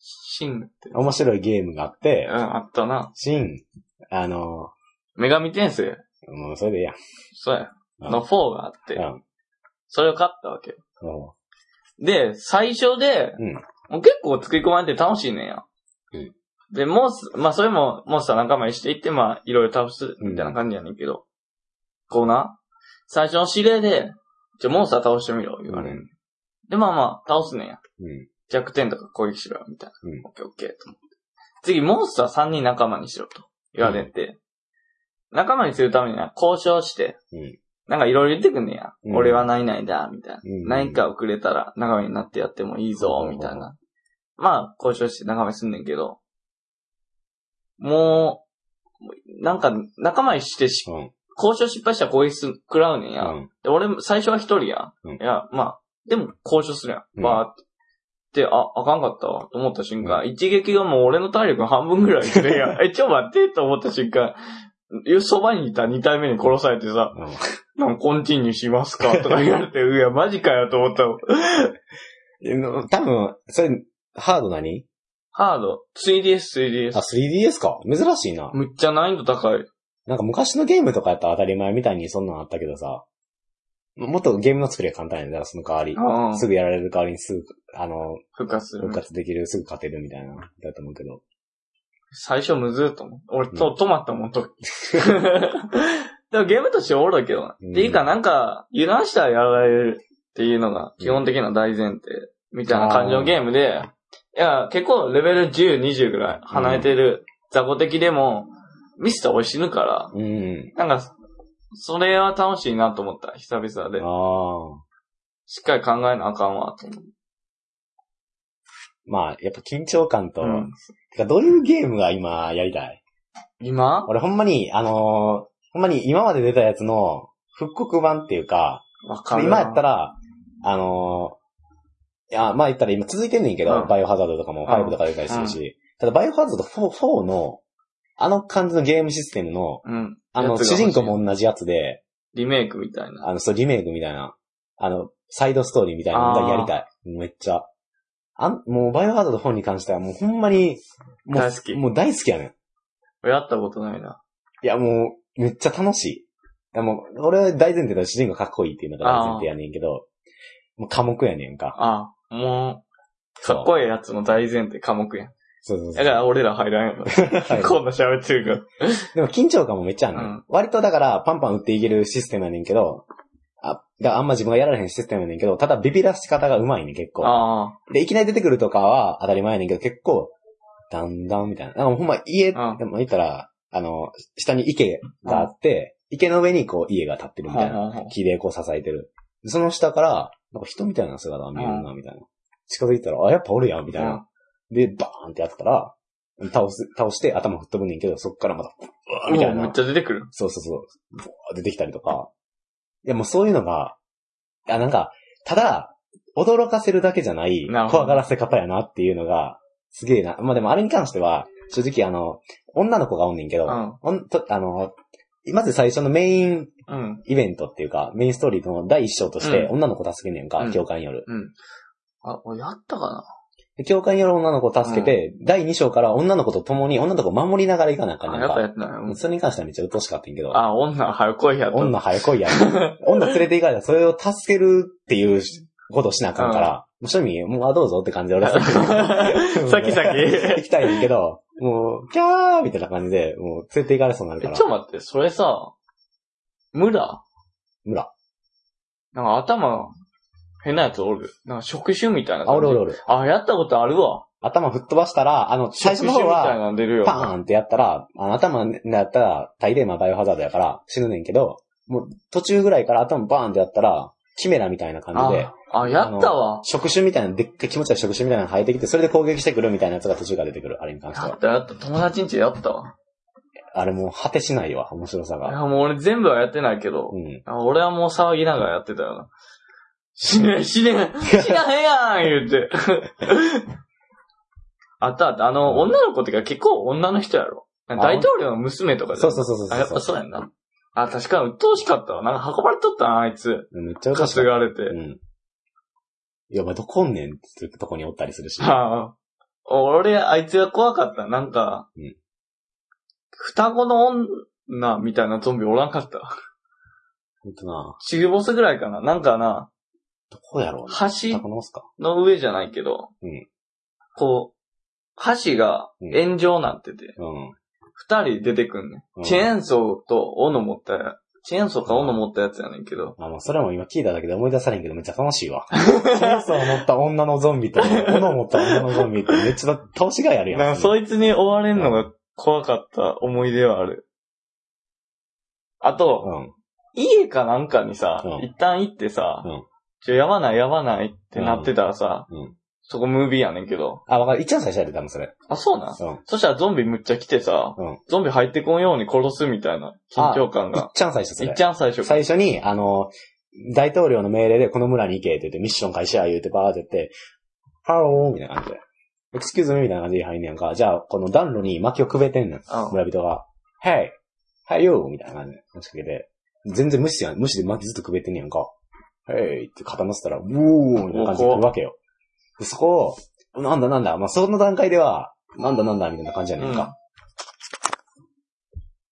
[SPEAKER 1] シンって。
[SPEAKER 2] 面白いゲームがあって
[SPEAKER 1] うん、、あったな。
[SPEAKER 2] 新、あの、
[SPEAKER 1] 女神転生
[SPEAKER 2] もうそれでいいや。
[SPEAKER 1] そうや。
[SPEAKER 2] うん
[SPEAKER 1] の4があって
[SPEAKER 2] う、ん。
[SPEAKER 1] それを買ったわけ。
[SPEAKER 2] そ
[SPEAKER 1] で、最初で、
[SPEAKER 2] うん
[SPEAKER 1] もう結構作り込まれて楽しいねんや。
[SPEAKER 2] うん
[SPEAKER 1] で、モンス、まあそれも、モンスター仲間にしていって、まあいろいろ倒す、みたいな感じやねんけど、こうな、最初の指令で、じゃあモンスター倒してみろ、
[SPEAKER 2] う。
[SPEAKER 1] 言われる。で、まあまあ、倒すねんや。
[SPEAKER 2] うん。
[SPEAKER 1] 弱点とか攻撃しろよ、みたいな。
[SPEAKER 2] うん
[SPEAKER 1] オッケーオッケーと思って。次、モンスター3人仲間にしろと言われて、仲間にするためには交渉して、
[SPEAKER 2] うん
[SPEAKER 1] なんかいろいろ言ってくんねや。
[SPEAKER 2] うん
[SPEAKER 1] 俺はないないだ、みたいな。
[SPEAKER 2] うん
[SPEAKER 1] 何か遅れたら仲間になってやってもいいぞ、みたいな。まあ、交渉して仲間にすんねんけど、もう、なんか仲間にしてし
[SPEAKER 2] うん。
[SPEAKER 1] 交渉失敗したら攻撃する、食らうねん
[SPEAKER 2] う
[SPEAKER 1] や。
[SPEAKER 2] ん。
[SPEAKER 1] で、俺も最初は一人や。
[SPEAKER 2] うん
[SPEAKER 1] いや、まあ、でも交渉するや。
[SPEAKER 2] うんん
[SPEAKER 1] バーって。で、あ、あかんかったわ、と思った瞬間、一撃がもう俺の体力の半分ぐらいで、いや、 え、ちょ、待って、と思った瞬間、そばにいた二体目に殺されてさ、
[SPEAKER 2] うん
[SPEAKER 1] なんかコンティニューしますかとか言わ れて、いや、マジかよ、と思ったもん。
[SPEAKER 2] えの多分、それ、ハード何
[SPEAKER 1] ハード、3DS、
[SPEAKER 2] あ、
[SPEAKER 1] 3DS。
[SPEAKER 2] 3DS か。珍しいな。
[SPEAKER 1] むっちゃ難易度高い。
[SPEAKER 2] なんか昔のゲームとかやったら当たり前みたいにそんなのあったけどさ、もっとゲームの作りは簡単やねだからその代わり。
[SPEAKER 1] うん。
[SPEAKER 2] すぐやられる代わりにすぐ、あの、
[SPEAKER 1] 復活する
[SPEAKER 2] 復。活できる、すぐ勝てるみたいな、だと思うけど。
[SPEAKER 1] 最初むずーっと思う。俺、と、止まったもん、と。 でもゲームとしておるだけどな。
[SPEAKER 2] うん
[SPEAKER 1] っていうか、なんか、油断したらやられるっていうのが基本的な大前提みたいな感じのゲームで、いや、結構レベル10、20ぐらい離れてる雑魚敵でも、ミスったら俺死ぬから、
[SPEAKER 2] うんうん。
[SPEAKER 1] なんか、それは楽しいなと思った、久々で。
[SPEAKER 2] ああ。
[SPEAKER 1] しっかり考えなあかんわ、と思う。
[SPEAKER 2] まあ、やっぱ緊張感と、
[SPEAKER 1] うん
[SPEAKER 2] てかどういうゲームが今やりたい
[SPEAKER 1] 今
[SPEAKER 2] 俺ほんまに、あのーほんまに今まで出たやつの復刻版っていうか、
[SPEAKER 1] わかる
[SPEAKER 2] 今やった
[SPEAKER 1] ら、
[SPEAKER 2] ら、あのーいや、まあ言ったら今続いてんねんけど、
[SPEAKER 1] うん
[SPEAKER 2] バイオハザードとかも5とか出たりするし、ただバイオハザード 4, 4の、あの感じのゲームシステムの、
[SPEAKER 1] うん。
[SPEAKER 2] あの、
[SPEAKER 1] やつが欲し
[SPEAKER 2] 主
[SPEAKER 1] い
[SPEAKER 2] 人公も同じやつで、
[SPEAKER 1] リメイクみたいな。
[SPEAKER 2] あの、そう、リメイクみたいな、あの、サイドストーリーみたいなのがやりたい。めっちゃ。あん、もうバイオハザード4に関してはもうほんまに、もう
[SPEAKER 1] 大好き
[SPEAKER 2] もう大好きやねん。
[SPEAKER 1] やったことないな。
[SPEAKER 2] いや、もう、めっちゃ楽しい。いや、もう、俺は大前提だし主人公かっこいいっていうのが大前提やねんけど、もう科目やねんか。
[SPEAKER 1] あ、もう、かっこええやつの大前提科目やん。
[SPEAKER 2] そうそうそう。
[SPEAKER 1] だから俺ら入らんやろ。
[SPEAKER 2] はい
[SPEAKER 1] こんな喋ってる
[SPEAKER 2] でも緊張感もめっちゃあるの、
[SPEAKER 1] うん
[SPEAKER 2] 割とだからパンパン打っていけるシステムやねんけど、あ、だからあんま自分がやられへんシステムやねんけど、ただビビらし方がうまいねん結
[SPEAKER 1] から。
[SPEAKER 2] 構。
[SPEAKER 1] ああ。
[SPEAKER 2] で、いきなり出てくるとかは当たり前やねんけど、結構、だんだんみたいな。なんかほんま家、
[SPEAKER 1] うん
[SPEAKER 2] でも言ったら、あの、下に池があって、池の上にこう家が建ってるみたいな。
[SPEAKER 1] はいはいはい
[SPEAKER 2] 木でこう支えてる。その下から、なんか人みたいな姿が見えるな、みたいな。近づいたら、あ、やっぱおるやん、みたいな。で、バーンってやったら、倒す、倒して頭吹っ飛ぶねんけど、そっからまた、うわーみた
[SPEAKER 1] も
[SPEAKER 2] い
[SPEAKER 1] うめっ
[SPEAKER 2] な。
[SPEAKER 1] ちゃ出てくる。
[SPEAKER 2] そうそうそう。ブワー出てきたりとか。いや、もうそういうのが、あ、なんか、ただ、驚かせるだけじゃない、
[SPEAKER 1] なるほど
[SPEAKER 2] 怖がらせ方やなっていうのが、すげえな。まあでもあれに関しては、正直あの、女の子がおんねんけど、
[SPEAKER 1] うん
[SPEAKER 2] おんとあの、まず最初のメイン
[SPEAKER 1] うん。
[SPEAKER 2] イベントっていうか、メインストーリーの第一章として、
[SPEAKER 1] う
[SPEAKER 2] 女の子助けんねんか、
[SPEAKER 1] うん
[SPEAKER 2] 教官夜。
[SPEAKER 1] うん。あ、俺やったか
[SPEAKER 2] で教官夜女の子助けて、第二章から女の子と共に女の子を守りながら行かなあかん
[SPEAKER 1] な
[SPEAKER 2] ね
[SPEAKER 1] あ、
[SPEAKER 2] ん
[SPEAKER 1] やっぱやっ
[SPEAKER 2] か。
[SPEAKER 1] たな。うん
[SPEAKER 2] それに関してはめっちゃ鬱陶しかったんやけど、
[SPEAKER 1] あ、女、早く来いやと。
[SPEAKER 2] 女早来 いや。女連れて行かれたらそれを助けるっていうことをしなあかんから、もう正味、もうあどうぞって感じで 俺は
[SPEAKER 1] さっきさっき。
[SPEAKER 2] 行きたいねんけど、もう、キャーみたいな感じで、もう連れて行かれそうになる
[SPEAKER 1] え、ち
[SPEAKER 2] か
[SPEAKER 1] ょっ
[SPEAKER 2] ら。
[SPEAKER 1] と待って、それさ、村
[SPEAKER 2] 村。
[SPEAKER 1] なんか頭、変なやつおる。なんか触手みたいな感じ。
[SPEAKER 2] あ、おるおるおる。
[SPEAKER 1] あ、やったことあるわ。
[SPEAKER 2] 頭吹っ飛ばしたら、あの、最初の方
[SPEAKER 1] 触手みた
[SPEAKER 2] は、
[SPEAKER 1] いなの出るよ。
[SPEAKER 2] パーンってやったら、あの頭になったら、大抵まあバイオハザードやから死ぬねんけど、もう途中ぐらいから頭バーンってやったら、キメラみたいな感じで、
[SPEAKER 1] あ、あ、やったわ。
[SPEAKER 2] 触手みたいな、でっかい気持ち悪い触手みたいなの生えてきて、それで攻撃してくるみたいなやつが途中から出てくる、あれに関して
[SPEAKER 1] や
[SPEAKER 2] は
[SPEAKER 1] っ。たやった。友達んちやったわ。
[SPEAKER 2] あれもう果てしないわ、面白さ
[SPEAKER 1] いや、
[SPEAKER 2] が。
[SPEAKER 1] もう俺全部はやってないけど
[SPEAKER 2] う。ん。
[SPEAKER 1] あ俺はもう騒ぎながらやってたよな。死ね、死 ね、死なへんやん言うて。 あったあった。あの、女の子ってか結構女の人やろ。大統領の娘とかじ
[SPEAKER 2] そ
[SPEAKER 1] ゃ
[SPEAKER 2] うんそうそうそうそう。
[SPEAKER 1] あ、やっぱそうやんな。あ、確かに、鬱陶しかったわ。なんか運ばれとったな、あいつ。
[SPEAKER 2] うん。めっちゃ
[SPEAKER 1] 担
[SPEAKER 2] かしい。
[SPEAKER 1] がれて。
[SPEAKER 2] うん。いや、お前どこおんねんってとこにおったりするし。
[SPEAKER 1] ああ。俺、あいつが怖かった。なんか、
[SPEAKER 2] うん
[SPEAKER 1] 双子の女みたいなゾンビおらんかった。
[SPEAKER 2] ほんとな、
[SPEAKER 1] 中ボスぐらいかな。なんかな、
[SPEAKER 2] どこやろうな。
[SPEAKER 1] 橋
[SPEAKER 2] このすか。
[SPEAKER 1] の上じゃないけど、
[SPEAKER 2] うん
[SPEAKER 1] こう、箸が炎上なってて、
[SPEAKER 2] うん。
[SPEAKER 1] 二、人出てくんね。
[SPEAKER 2] うん
[SPEAKER 1] チェーンソーと斧持ったや、チェーンソーか斧持ったやつやねんけど、
[SPEAKER 2] あ、もうそれも今聞いただけで思い出されんけどめっちゃ楽しいわ。チェーンソー持った女のゾン ビと、斧を持った女のゾンビってめっちゃ倒しがいあるやん。
[SPEAKER 1] なんかそいつに追われんのが怖かった思い出はある。あと、
[SPEAKER 2] うん。
[SPEAKER 1] 家かなんかにさ、
[SPEAKER 2] うん
[SPEAKER 1] 一旦行ってさ、
[SPEAKER 2] うん
[SPEAKER 1] ちょ、やばないやばないってなってたらさ、
[SPEAKER 2] うん。
[SPEAKER 1] そこムービーやねんけど、
[SPEAKER 2] あ、わかる。一番最初やで、多分それ。
[SPEAKER 1] あ、そうなん
[SPEAKER 2] うん。
[SPEAKER 1] そしたらゾンビむっちゃ来てさ、
[SPEAKER 2] うん
[SPEAKER 1] ゾンビ入ってこんように殺すみたいな緊張感が。
[SPEAKER 2] 一番最初そ
[SPEAKER 1] いっ
[SPEAKER 2] れ
[SPEAKER 1] ち。ゃん最初。
[SPEAKER 2] 最初に、あの、大統領の命令でこの村に行けって言って、ミッション開始や言うてバーって言って、ハローみたいな感じで。エクスキューズみたいな感じで入んねやんか。じゃあ、この暖炉に薪をくべてんねん。
[SPEAKER 1] うん
[SPEAKER 2] 村人が、Hey! Hey you! みたいな感じで話しかけて、全然無視やん。無視で薪ずっとくべてんねやんか。Hey! って固まってたら、ウォーみたいな感じで来るわけよ。でそこを、なんだなんだ、まあ、その段階では、なんだなんだみたいな感じやねんか。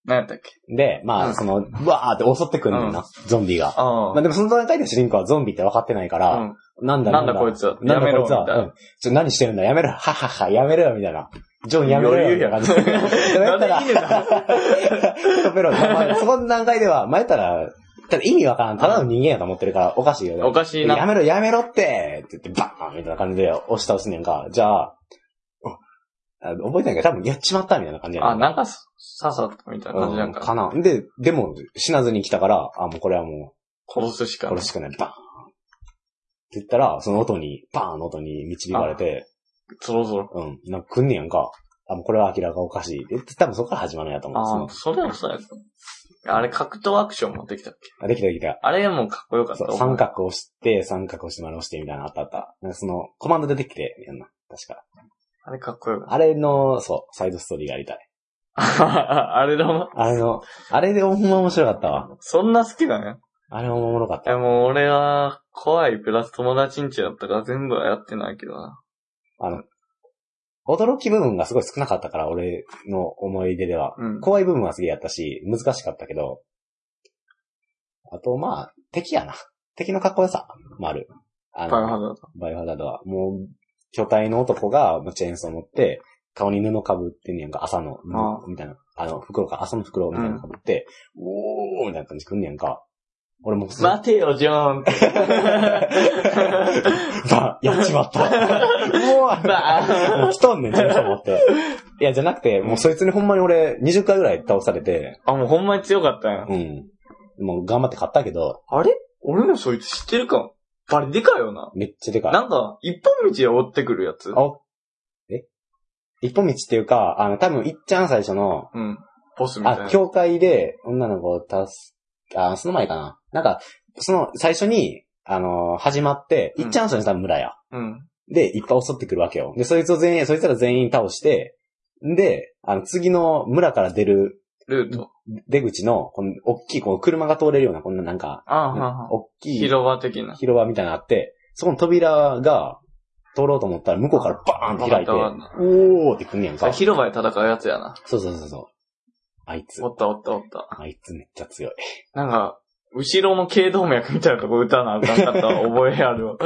[SPEAKER 1] 何やったっけ
[SPEAKER 2] で、ま
[SPEAKER 1] うん
[SPEAKER 2] あ、その、うわーって襲ってくんねん
[SPEAKER 1] う
[SPEAKER 2] な、ゾンビが。
[SPEAKER 1] あ
[SPEAKER 2] まあでもその段階で主人公はゾンビって分かってないから、
[SPEAKER 1] うん
[SPEAKER 2] なんだ
[SPEAKER 1] なんだこいつはや
[SPEAKER 2] なんだ
[SPEAKER 1] めろ
[SPEAKER 2] こいつは
[SPEAKER 1] みたいな
[SPEAKER 2] うんちょ、何してるんだやめろ。 ははは、やめろよ、みたいな。ジョンやめろよ。
[SPEAKER 1] 余裕や
[SPEAKER 2] みたいな感じでやった
[SPEAKER 1] なんでいいねんな
[SPEAKER 2] ら、ペロ、まあそこの段階では、前やったら、ただ意味わからん。ただの人間やと思ってるから、おかしいよね。
[SPEAKER 1] おかしいな
[SPEAKER 2] やめろ、やめろってって言って、バーンみたいな感じで押し倒すねんか。じゃあ、ああ覚えてないけど、多分やっちまったみたいな感じやねん
[SPEAKER 1] あ、なんかす、刺さったみたいな感じなん
[SPEAKER 2] うん
[SPEAKER 1] か。
[SPEAKER 2] かな。で、でも、死なずに来たから、あ、もうこれはもう、
[SPEAKER 1] 殺すしか
[SPEAKER 2] こ
[SPEAKER 1] な
[SPEAKER 2] れ
[SPEAKER 1] い。
[SPEAKER 2] しかない。バーンって言ったら、その音に、バーンの音に導かれて、
[SPEAKER 1] そろそろ。
[SPEAKER 2] うん、なんか来んねやんか。あ、もうこれは明らかおかしい。え、多分そこから始まるんやと思う。そ
[SPEAKER 1] ああ、
[SPEAKER 2] の
[SPEAKER 1] それはそうやった。あれ、格闘アクション持ってきたっけ
[SPEAKER 2] あできたできた。
[SPEAKER 1] あれもかっこよかった
[SPEAKER 2] そう。三角押して、三角押して丸押してみたいなのあったあった。なんかその、コマンド出てきて、やんな。確か。
[SPEAKER 1] あれかっこよかっ
[SPEAKER 2] あれの、そう、サイドストーリーがやりたい。
[SPEAKER 1] た。 あれだもん。
[SPEAKER 2] あれの、あれでほんま面白かったわ。
[SPEAKER 1] そんな好きだね。
[SPEAKER 2] あれもおもろかっ
[SPEAKER 1] い
[SPEAKER 2] た。
[SPEAKER 1] や、もう俺は、怖いプラス友達んちだったから全部はやってないけどな。
[SPEAKER 2] 驚き部分がすごい少なかったから、俺の思い出では。
[SPEAKER 1] うん。
[SPEAKER 2] 怖い部分はすげえやったし、難しかったけど、あと、まあ、敵やな。敵のかっこよさもある。あ
[SPEAKER 1] バイオハ
[SPEAKER 2] の、
[SPEAKER 1] ザード。
[SPEAKER 2] バイオハザードは。もう、巨体の男がまあチェーンソー持って、顔に布かぶってんねやんか、朝の
[SPEAKER 1] あ、
[SPEAKER 2] みたいな。あの、袋か、朝の袋みたいなのかぶって、おーみたいな感じくんねやんか。俺もう それ、
[SPEAKER 1] 待てよ、ジョーンって。
[SPEAKER 2] ば、やっちまった。おもう、
[SPEAKER 1] バーン
[SPEAKER 2] もう来とんねん、ちょっと思って。いや、じゃなくて、もうそいつにほんまに俺、20回ぐらい倒されて、
[SPEAKER 1] あ、もうほんまに強かったんや。
[SPEAKER 2] うん。もう頑張って買ったけど、
[SPEAKER 1] あれ俺のそいつ知ってるかバリでかいよな。
[SPEAKER 2] めっちゃでかい。
[SPEAKER 1] なんか、一本道で追ってくるやつ。
[SPEAKER 2] あ、え一本道っていうか、あの、多分、いっちゃん最初の、
[SPEAKER 1] うん。ボスみたいな。
[SPEAKER 2] あ、教会で女の子を助け、あ、その前かな。なんか、その、最初に、あのー始まって、
[SPEAKER 1] うん
[SPEAKER 2] いっちゃん最初に多分村や。
[SPEAKER 1] うん。
[SPEAKER 2] で、いっぱい襲ってくるわけよ。で、そいつを全員、そいつら全員倒して、で、あの、次の村から出る
[SPEAKER 1] ルート。
[SPEAKER 2] 出口の、この、大きい、この車が通れるような、こんななんか、
[SPEAKER 1] ああ、はんはん
[SPEAKER 2] 大きい広
[SPEAKER 1] 広場的な。
[SPEAKER 2] 場みたいなのあって、そこの扉が通ろうと思ったら、向こうからバーンって開いて、
[SPEAKER 1] わかったわか
[SPEAKER 2] おーって来んねやん
[SPEAKER 1] あ
[SPEAKER 2] か。
[SPEAKER 1] 広場で戦うやつやな。
[SPEAKER 2] そうそうそうそう。あいつ
[SPEAKER 1] お、ったおったおった。
[SPEAKER 2] あいつめっちゃ強い。
[SPEAKER 1] なんか、後ろの頸動脈みたいなとこ打たなあかんか ったわ覚えあるわ。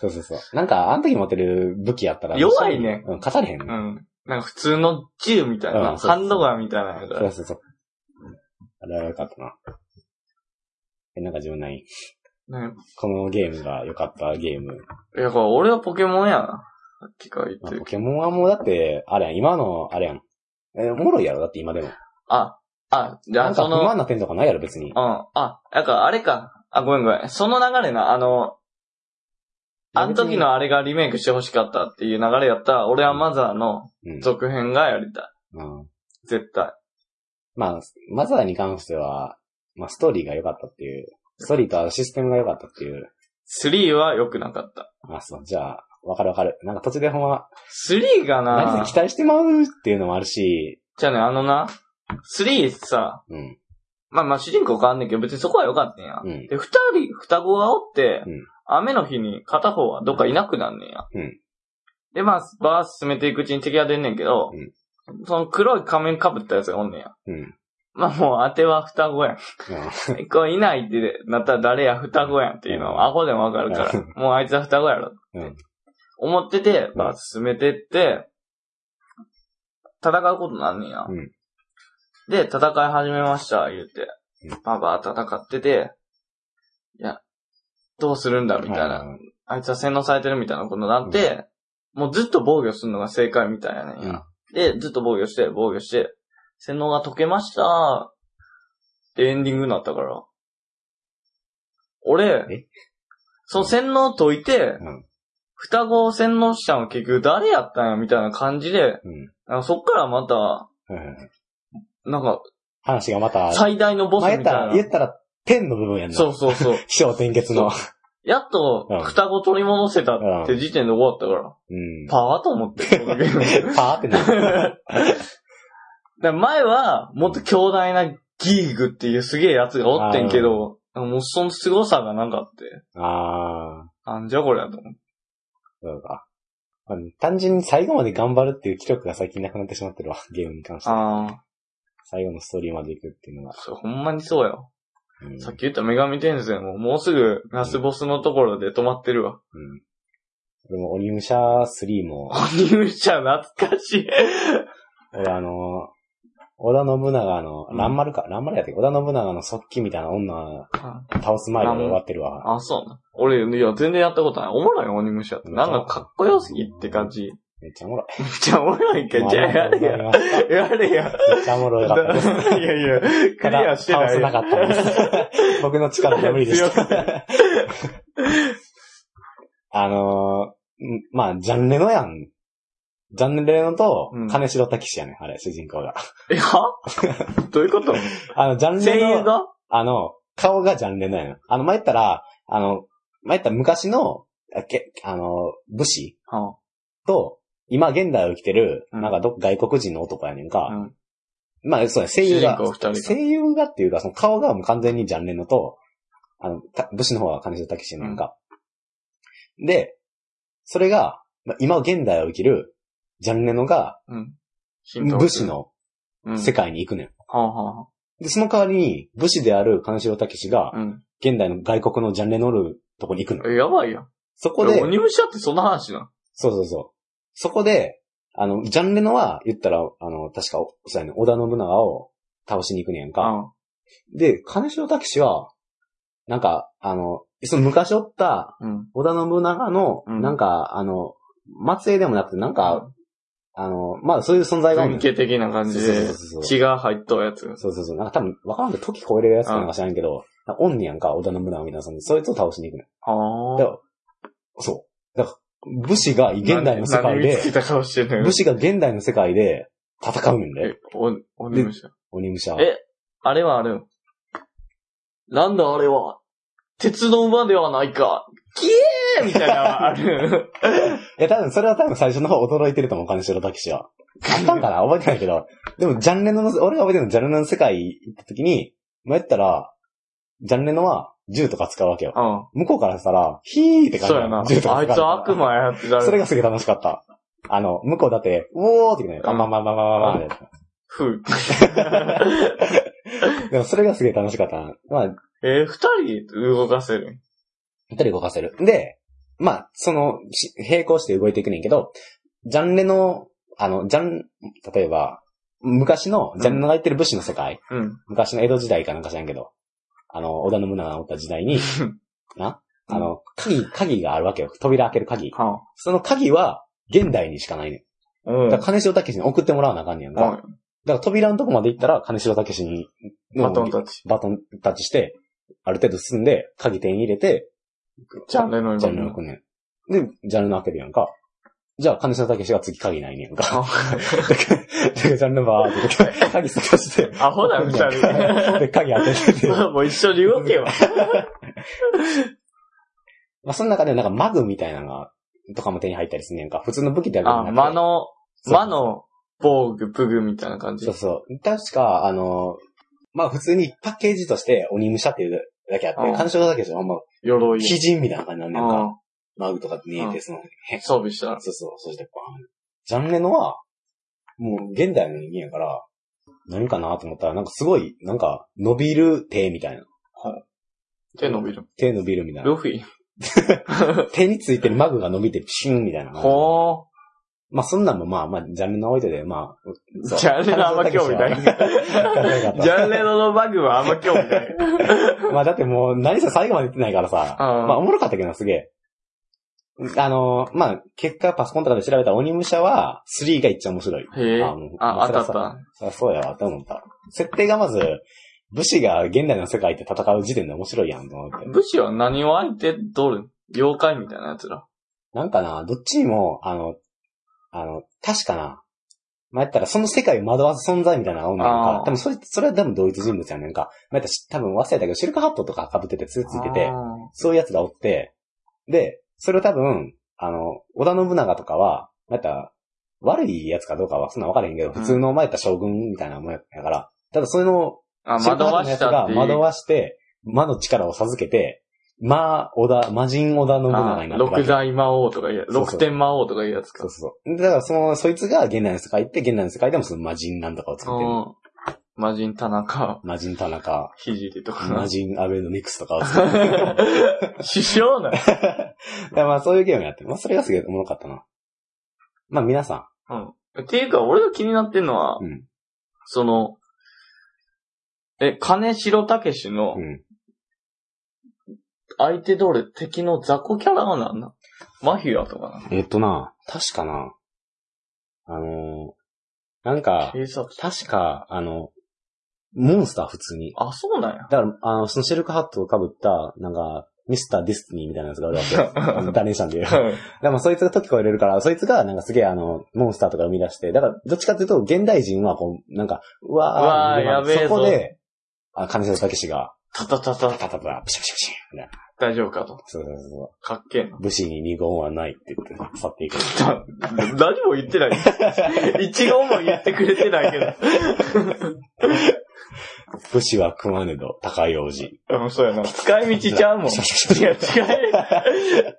[SPEAKER 2] そうそうそう。なんか、あの時持ってる武器やったら。
[SPEAKER 1] 弱いね。
[SPEAKER 2] うん、勝たれへん
[SPEAKER 1] う
[SPEAKER 2] ね。
[SPEAKER 1] ん。なんか普通の銃みたいな、
[SPEAKER 2] うんそうそう
[SPEAKER 1] ハンドガンみたいなやつ
[SPEAKER 2] そ
[SPEAKER 1] や
[SPEAKER 2] うそうそう。あれは良かったな。え、なんか自分ない。
[SPEAKER 1] ね
[SPEAKER 2] このゲームが良かったゲーム。
[SPEAKER 1] いや、これ俺はポケモンやな。さっきから言
[SPEAKER 2] ま
[SPEAKER 1] っ
[SPEAKER 2] あ
[SPEAKER 1] て
[SPEAKER 2] ポ
[SPEAKER 1] る。
[SPEAKER 2] ケモンはもうだって、あれやん、今の、あれやん。え、おもろいやろだって今でも。
[SPEAKER 1] あ、あ、じゃ
[SPEAKER 2] な
[SPEAKER 1] あ
[SPEAKER 2] んか
[SPEAKER 1] そ
[SPEAKER 2] 不
[SPEAKER 1] の、うん。
[SPEAKER 2] 満な点とかないやろ別に。
[SPEAKER 1] あ、なんかあれか。あ、ごめんごめん。その流れな、あの、あの時のあれがリメイクして欲しかったっていう流れやったら、俺はマザーの
[SPEAKER 2] うん、
[SPEAKER 1] 続編がやりたい。
[SPEAKER 2] うん。
[SPEAKER 1] 絶対。
[SPEAKER 2] まあ、マザーに関しては、まあストーリーが良かったっていう。ストーリーとシステムが良かったっていう。
[SPEAKER 1] 3は良くなかった。
[SPEAKER 2] あ、そう、じゃあ、わかるわかる。なんか途中でほんま、
[SPEAKER 1] 3が
[SPEAKER 2] 何
[SPEAKER 1] な
[SPEAKER 2] せ期、待してまうっていうのもあるし、
[SPEAKER 1] じゃあね、あのな、3さ、
[SPEAKER 2] うん、
[SPEAKER 1] まあまあ主人公変わんねんけど、別にそこは良かったんや。
[SPEAKER 2] うん。
[SPEAKER 1] で、二人、双子がおって、
[SPEAKER 2] うん
[SPEAKER 1] 雨の日に片方はどっかいなくなんねんや。
[SPEAKER 2] うん
[SPEAKER 1] で、まあ、バー進めていくうちに敵が出んねんけど、
[SPEAKER 2] うん
[SPEAKER 1] その黒い仮面被ったやつがおんねんや。
[SPEAKER 2] うん。
[SPEAKER 1] まあもう当ては双子やん。 こういないってなったら誰や双子やんっていうのはアホでもわかるから、もうあいつは双子やろって、
[SPEAKER 2] うん
[SPEAKER 1] 思ってて、まあ進めてって、戦うことになんねんや。
[SPEAKER 2] うん
[SPEAKER 1] で、戦い始めました、言うて
[SPEAKER 2] う。
[SPEAKER 1] ババア戦ってて、いや、どうするんだみたいな。
[SPEAKER 2] うん。
[SPEAKER 1] あいつは洗脳されてるみたいなことになって、もうずっと防御するのが正解みたいなねんや。で、ずっと防御して、防御して、洗脳が解けました。でエンディングになったから。俺
[SPEAKER 2] え、
[SPEAKER 1] その洗脳解いて、
[SPEAKER 2] うん
[SPEAKER 1] 双子を洗脳したの結局誰やったんやみたいな感じで、
[SPEAKER 2] うん
[SPEAKER 1] なんかそっからまた、
[SPEAKER 2] うん
[SPEAKER 1] なんか
[SPEAKER 2] 話がまた、
[SPEAKER 1] 最大のボス
[SPEAKER 2] まあ言
[SPEAKER 1] み
[SPEAKER 2] った
[SPEAKER 1] たい
[SPEAKER 2] ら、
[SPEAKER 1] な。
[SPEAKER 2] 言ったら、天の部分やんな。
[SPEAKER 1] そう。そうそう。
[SPEAKER 2] 気象転結の。
[SPEAKER 1] やっと
[SPEAKER 2] うん
[SPEAKER 1] 双子取り戻せたって時点で終わったから、
[SPEAKER 2] う ん。
[SPEAKER 1] パワーと思って。こ のゲーム
[SPEAKER 2] パーってなる。
[SPEAKER 1] だから前は、もっと強大なギーグっていうすげえやつがおってんけど、もうその凄さがなんかあって、
[SPEAKER 2] あー、
[SPEAKER 1] なんじゃこれやと思って。
[SPEAKER 2] そうか。まあ単純に最後まで頑張るっていう気力が最近なくなってしまってるわ、ゲームに関して。
[SPEAKER 1] あ
[SPEAKER 2] 最後のストーリーまで行くっていうの
[SPEAKER 1] あ、
[SPEAKER 2] が。
[SPEAKER 1] それほんまにそうよ。
[SPEAKER 2] うん。
[SPEAKER 1] さっき言った女神転生ももうすぐラスボスのところで止まってるわ。
[SPEAKER 2] うん。でも、オリムシャー3も、
[SPEAKER 1] 鬼武者懐かしい。
[SPEAKER 2] 俺あの、織田信長の、
[SPEAKER 1] うん
[SPEAKER 2] 乱丸か、乱丸やったっけ織田信長の速記みたいな女倒す前で終わってるわ。
[SPEAKER 1] あ、そうな。俺、いや、全然やったことない。おもろい鬼武者って。なんかかっこよすぎって感じ。
[SPEAKER 2] めっちゃおもろい。
[SPEAKER 1] めっちゃおもろいけど、じゃあやれや。
[SPEAKER 2] め
[SPEAKER 1] やれ や。
[SPEAKER 2] っちゃおもろいかったです。
[SPEAKER 1] いやいや、クリアして
[SPEAKER 2] 倒
[SPEAKER 1] な
[SPEAKER 2] せ
[SPEAKER 1] い
[SPEAKER 2] な
[SPEAKER 1] よ。
[SPEAKER 2] かったです。僕の力で無理で
[SPEAKER 1] 強
[SPEAKER 2] し
[SPEAKER 1] く
[SPEAKER 2] た。あのー、んまあ、ジャンレノやん。ジャンレノと
[SPEAKER 1] うん、
[SPEAKER 2] 金城武史やね、ん、あれ、主人公が。
[SPEAKER 1] え はどういうこと
[SPEAKER 2] あの、ジャン
[SPEAKER 1] 声
[SPEAKER 2] レ
[SPEAKER 1] 優
[SPEAKER 2] ノ、
[SPEAKER 1] が
[SPEAKER 2] あの、顔がジャンレノやねん。あの、前言ったら、あの、前言ったら昔の、あけあの、武士
[SPEAKER 1] は
[SPEAKER 2] と、今現代を生きてる、
[SPEAKER 1] うん
[SPEAKER 2] なんかど、外国人の男やね
[SPEAKER 1] あ、
[SPEAKER 2] ん
[SPEAKER 1] う
[SPEAKER 2] か。
[SPEAKER 1] ん。
[SPEAKER 2] まあ、そうや、声優
[SPEAKER 1] 主
[SPEAKER 2] が
[SPEAKER 1] 人公二、人
[SPEAKER 2] 声優がっていうか、その顔がもう完全にジャンレノと、あの、た武士の方は金城武士なんか。で、それが、まあ今現代を生きるジャンレノが
[SPEAKER 1] うん。浸透
[SPEAKER 2] 武
[SPEAKER 1] す
[SPEAKER 2] 士
[SPEAKER 1] る
[SPEAKER 2] の
[SPEAKER 1] うん
[SPEAKER 2] 世界に行くねん。
[SPEAKER 1] はあは
[SPEAKER 2] で、その代わりに武士である金城武士が
[SPEAKER 1] あ、うん。
[SPEAKER 2] 現代の外国のジャンレノるとこに行くの。
[SPEAKER 1] えやばいやん。
[SPEAKER 2] そこ
[SPEAKER 1] こ
[SPEAKER 2] で
[SPEAKER 1] れ、、鬼武者ってそんな話な
[SPEAKER 2] そうそうそう。そこで、あの、ジャンレノは言ったら、あの、確か、そうやね、織田信長を倒しに行くねんか。
[SPEAKER 1] の
[SPEAKER 2] で、金城武士は、なんか、あの、その昔おった、
[SPEAKER 1] うん。うん。
[SPEAKER 2] 織田信長の、
[SPEAKER 1] うん
[SPEAKER 2] なんか、あの、末裔でもなくて、なんか、あの、まあそういう存在が
[SPEAKER 1] 文系的な感じ
[SPEAKER 2] そ
[SPEAKER 1] で
[SPEAKER 2] うそう、そうそう。
[SPEAKER 1] 血が入ったやつ。
[SPEAKER 2] そうそうそう。なんか多分、わからんけど、時超えれるやつかなんか知らんけど、オンニやんか、織田信長みたいな、そのそいつを倒しに行く
[SPEAKER 1] あ
[SPEAKER 2] の。だ
[SPEAKER 1] あ。
[SPEAKER 2] からそう。だから、武士が現代の世界
[SPEAKER 1] 何見
[SPEAKER 2] で
[SPEAKER 1] つ、けた顔してんのよ
[SPEAKER 2] 武。士が現代の世界で戦うんで、
[SPEAKER 1] え、お、おねむしゃ。
[SPEAKER 2] 鬼武者は。
[SPEAKER 1] えあれはある。なんだあれは。鉄の馬ではないか。キエーみたいなのはある。
[SPEAKER 2] いや、多分、それは多分最初の方驚いてると思う、金城武士は。 あったんかな覚えてないけど。でも、ジャンレノの、俺が覚えてるのジャンレノの世界行った時に、まあ、やったら、ジャンレノは銃とか使うわけよ。
[SPEAKER 1] う
[SPEAKER 2] 向こうからしたら、ヒーって
[SPEAKER 1] ん。そう
[SPEAKER 2] 感
[SPEAKER 1] やな。あ
[SPEAKER 2] じ
[SPEAKER 1] いつ
[SPEAKER 2] 銃とか使うから
[SPEAKER 1] 悪魔やってた
[SPEAKER 2] そ
[SPEAKER 1] ら、
[SPEAKER 2] れがすげえ楽しかった。あの、向こうだって、おーって言うのよ。
[SPEAKER 1] う
[SPEAKER 2] あ
[SPEAKER 1] ん
[SPEAKER 2] まあまあまあまあまあま
[SPEAKER 1] ふ う。
[SPEAKER 2] あ。でも、それがすげえ楽しかったな。まあ、
[SPEAKER 1] えー、二人動かせる。
[SPEAKER 2] 二人動かせる。で、まあ、その、し並行して動いていくねんけど、ジャンレの、あの、ジャン、例えば、昔の、ジャンレのが言ってる武士の世界、
[SPEAKER 1] うん。
[SPEAKER 2] 昔の江戸時代かなんか知らんけど、あの、織田信長がおった時代に、な、あの、鍵、鍵があるわけよ。扉開ける鍵。
[SPEAKER 1] は
[SPEAKER 2] その鍵は、現代にしかないね
[SPEAKER 1] あ。うん
[SPEAKER 2] ん。だ。から金城武に送ってもらわなあかんねやんか。だ
[SPEAKER 1] は
[SPEAKER 2] か、ら扉のとこまで行ったら、金城武に、
[SPEAKER 1] バトンタッチ。
[SPEAKER 2] バトンタッチして、ある程度進んで、鍵手に入れて、
[SPEAKER 1] ジャンレノに
[SPEAKER 2] ジャンルの。ね。で、ジャンルの開けるやんか。じゃあ、金沢武が次鍵ないねやん か。だから、だからジャンルバーって言って鍵探して。
[SPEAKER 1] アホだ、二 人。
[SPEAKER 2] で、鍵開けてて。ま
[SPEAKER 1] もう一緒に動けば。
[SPEAKER 2] あ、その中でなんかマグみたいなのが、とかも手に入ったりすんねやんか。普通の武器ってわけじゃな
[SPEAKER 1] あ、
[SPEAKER 2] くて
[SPEAKER 1] 魔の、
[SPEAKER 2] そう
[SPEAKER 1] 魔の、防具、プグみたいな感じ
[SPEAKER 2] そう。そう。確か、あの、まあ普通にパッケージとして鬼武者っていうだけあって、
[SPEAKER 1] うん
[SPEAKER 2] 金沢武じゃあんま、
[SPEAKER 1] 鎧。
[SPEAKER 2] 鬼人みたいな感じなんねやん
[SPEAKER 1] う
[SPEAKER 2] か。
[SPEAKER 1] ん
[SPEAKER 2] マグとかに入れ
[SPEAKER 1] う
[SPEAKER 2] て、その、変
[SPEAKER 1] 装備したら。
[SPEAKER 2] そうそう、そしてバーン。ジャンレノは、もう現代の人間やから、何かなと思ったら、なんかすごい、なんか、伸びる手みたいな。
[SPEAKER 1] 手伸びる。
[SPEAKER 2] 手伸びるみたい
[SPEAKER 1] ル
[SPEAKER 2] な。
[SPEAKER 1] フィ。
[SPEAKER 2] 手についてるマグが伸びてピシンみたいな。
[SPEAKER 1] ほ
[SPEAKER 2] まあそんなんもまあまあ、ジャンレノ置いてで、まあ、
[SPEAKER 1] ー。ジャンレのあんま興味 ない。
[SPEAKER 2] ジャン
[SPEAKER 1] ジャンレノのバグはあんま興 味ない。
[SPEAKER 2] まあだってもう、何せ最後まで言ってないからさ。
[SPEAKER 1] うん
[SPEAKER 2] まあおもろかったけどな、すげえ。あのまあ、結果パソコンとかで調べたら鬼武者は3が一番面白い。
[SPEAKER 1] へえ
[SPEAKER 2] あもう。
[SPEAKER 1] あ、あ
[SPEAKER 2] 忘れ
[SPEAKER 1] った
[SPEAKER 2] た
[SPEAKER 1] あった。
[SPEAKER 2] あそうやわ、と思った。設定がまず、武士が現代の世界で戦う時点で面白いやん、と思って。
[SPEAKER 1] 武士は何を相手どる妖怪みたいなやつら。
[SPEAKER 2] なんかな、どっちにも、あの、あの、確かな、まあ、やったらその世界を惑わす存在みたいな女なん
[SPEAKER 1] あ
[SPEAKER 2] か
[SPEAKER 1] ー、
[SPEAKER 2] 多分それ、それは多分同一人物やねんか。まあ、やったらし多分忘れたけど、シルクハットとか被ってて、つついてて
[SPEAKER 1] あ、
[SPEAKER 2] そういうやつがおって、で、それを多分、あの、織田信長とかは、まあ、やったら悪いやつかどうかはそんな分からへんけど、普通の、まあ、やったら将軍みたいなもんやから、ただそれの
[SPEAKER 1] ー。あ、
[SPEAKER 2] シェ
[SPEAKER 1] 惑
[SPEAKER 2] ルカー
[SPEAKER 1] わ
[SPEAKER 2] トのや
[SPEAKER 1] し
[SPEAKER 2] つ
[SPEAKER 1] た
[SPEAKER 2] が
[SPEAKER 1] っていう。
[SPEAKER 2] 惑わして、魔の力を授けて、魔、織田、魔人織田信長
[SPEAKER 1] あ
[SPEAKER 2] にな
[SPEAKER 1] ー
[SPEAKER 2] ったわけ
[SPEAKER 1] 六大魔王とかいう、
[SPEAKER 2] そうそう
[SPEAKER 1] 六天魔王とかいうやつ
[SPEAKER 2] そ
[SPEAKER 1] か
[SPEAKER 2] う。そうそう。だからその、そいつが現代の世界行って、現代の世界でもその魔人なんとかを作ってる。
[SPEAKER 1] うん魔人田中、
[SPEAKER 2] 魔人田中、
[SPEAKER 1] ひじりとか
[SPEAKER 2] 魔。人アベノミクスとかを作 ってる。
[SPEAKER 1] 師匠な。
[SPEAKER 2] だからまあそういうゲームやってる。まあそれがすげえおもろかったな。まあ皆さん。
[SPEAKER 1] っていうか、俺が気になってんのは、
[SPEAKER 2] うん
[SPEAKER 1] その、え、金城武士の
[SPEAKER 2] うん。
[SPEAKER 1] 相手通り敵の雑魚キャラがなんなマフィアとか
[SPEAKER 2] えっとな、確かな、あのーなん
[SPEAKER 1] な
[SPEAKER 2] か、
[SPEAKER 1] 警察。
[SPEAKER 2] 確か、あの、モンスター普通に。
[SPEAKER 1] あ、そうなんや。
[SPEAKER 2] だから、あの、そのシェルクハットを被った、なんか、ミスターディスティニーみたいなやつがあるわけよ あの。ダネーシャンで言う。でもそいつが時超えれるから、そいつがなんかすげえあの、モンスターとか生み出して、だからどっちかっていうと、現代人はこう、なんか、うわー、
[SPEAKER 1] うわー
[SPEAKER 2] みたいな
[SPEAKER 1] やべえぞ
[SPEAKER 2] そこで、あ、金城武が、
[SPEAKER 1] たたたた、
[SPEAKER 2] パタパタ、ピシャピシャピシャ、みたいな。
[SPEAKER 1] 大丈夫かと。
[SPEAKER 2] そうそうそ
[SPEAKER 1] かっけえ
[SPEAKER 2] う。武士に二言はないって言って、去っていく。
[SPEAKER 1] な。何も言ってない。 一言も言ってくれてないけ
[SPEAKER 2] 武士は熊ねど、高い王子。
[SPEAKER 1] ど。うん、そうやな。使い道ちゃうもん。
[SPEAKER 2] ピシャピシャピ
[SPEAKER 1] い
[SPEAKER 2] シャ
[SPEAKER 1] や、違う。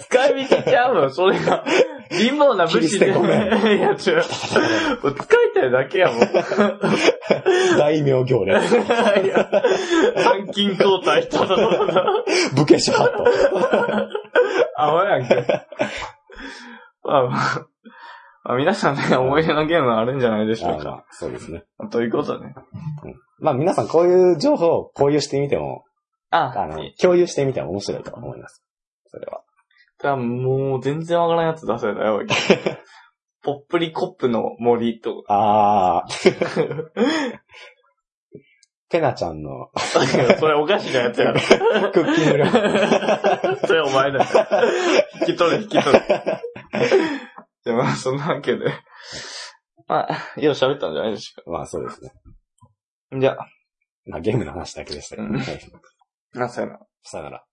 [SPEAKER 1] 使い道ちゃうもん、それが。貧乏な武士で。い
[SPEAKER 2] 切り捨てごめん
[SPEAKER 1] や、違う。使いたいだけやもん。
[SPEAKER 2] 大名行 列。
[SPEAKER 1] いや参勤交代しただただ。
[SPEAKER 2] 武家シャート。
[SPEAKER 1] あわやんけ。まあまあまあ、皆さんね、思い出のゲームはあるんじゃないでしょ
[SPEAKER 2] あ
[SPEAKER 1] う
[SPEAKER 2] ま
[SPEAKER 1] か。
[SPEAKER 2] あ、そうですね。
[SPEAKER 1] ということでね。
[SPEAKER 2] まあ皆さんこういう情報を共有してみても、
[SPEAKER 1] あ
[SPEAKER 2] あの、共有してみても面白いと思います。それは。
[SPEAKER 1] だもう全然わからんやつ出せたよ。 ポップリコップの森とか。
[SPEAKER 2] あー。 ペナちゃんの
[SPEAKER 1] それおかしなやつやろ。
[SPEAKER 2] クッキングルーム。
[SPEAKER 1] それお前だ。引き取れ、引き 取れ。でまあ、そんなわけで。まあ、よう喋ったんじゃないですか。
[SPEAKER 2] まあそうですね。
[SPEAKER 1] じゃあ、
[SPEAKER 2] まあゲームの話だけでしたけど。
[SPEAKER 1] うん
[SPEAKER 2] はい
[SPEAKER 1] なさよなら。
[SPEAKER 2] さよなら。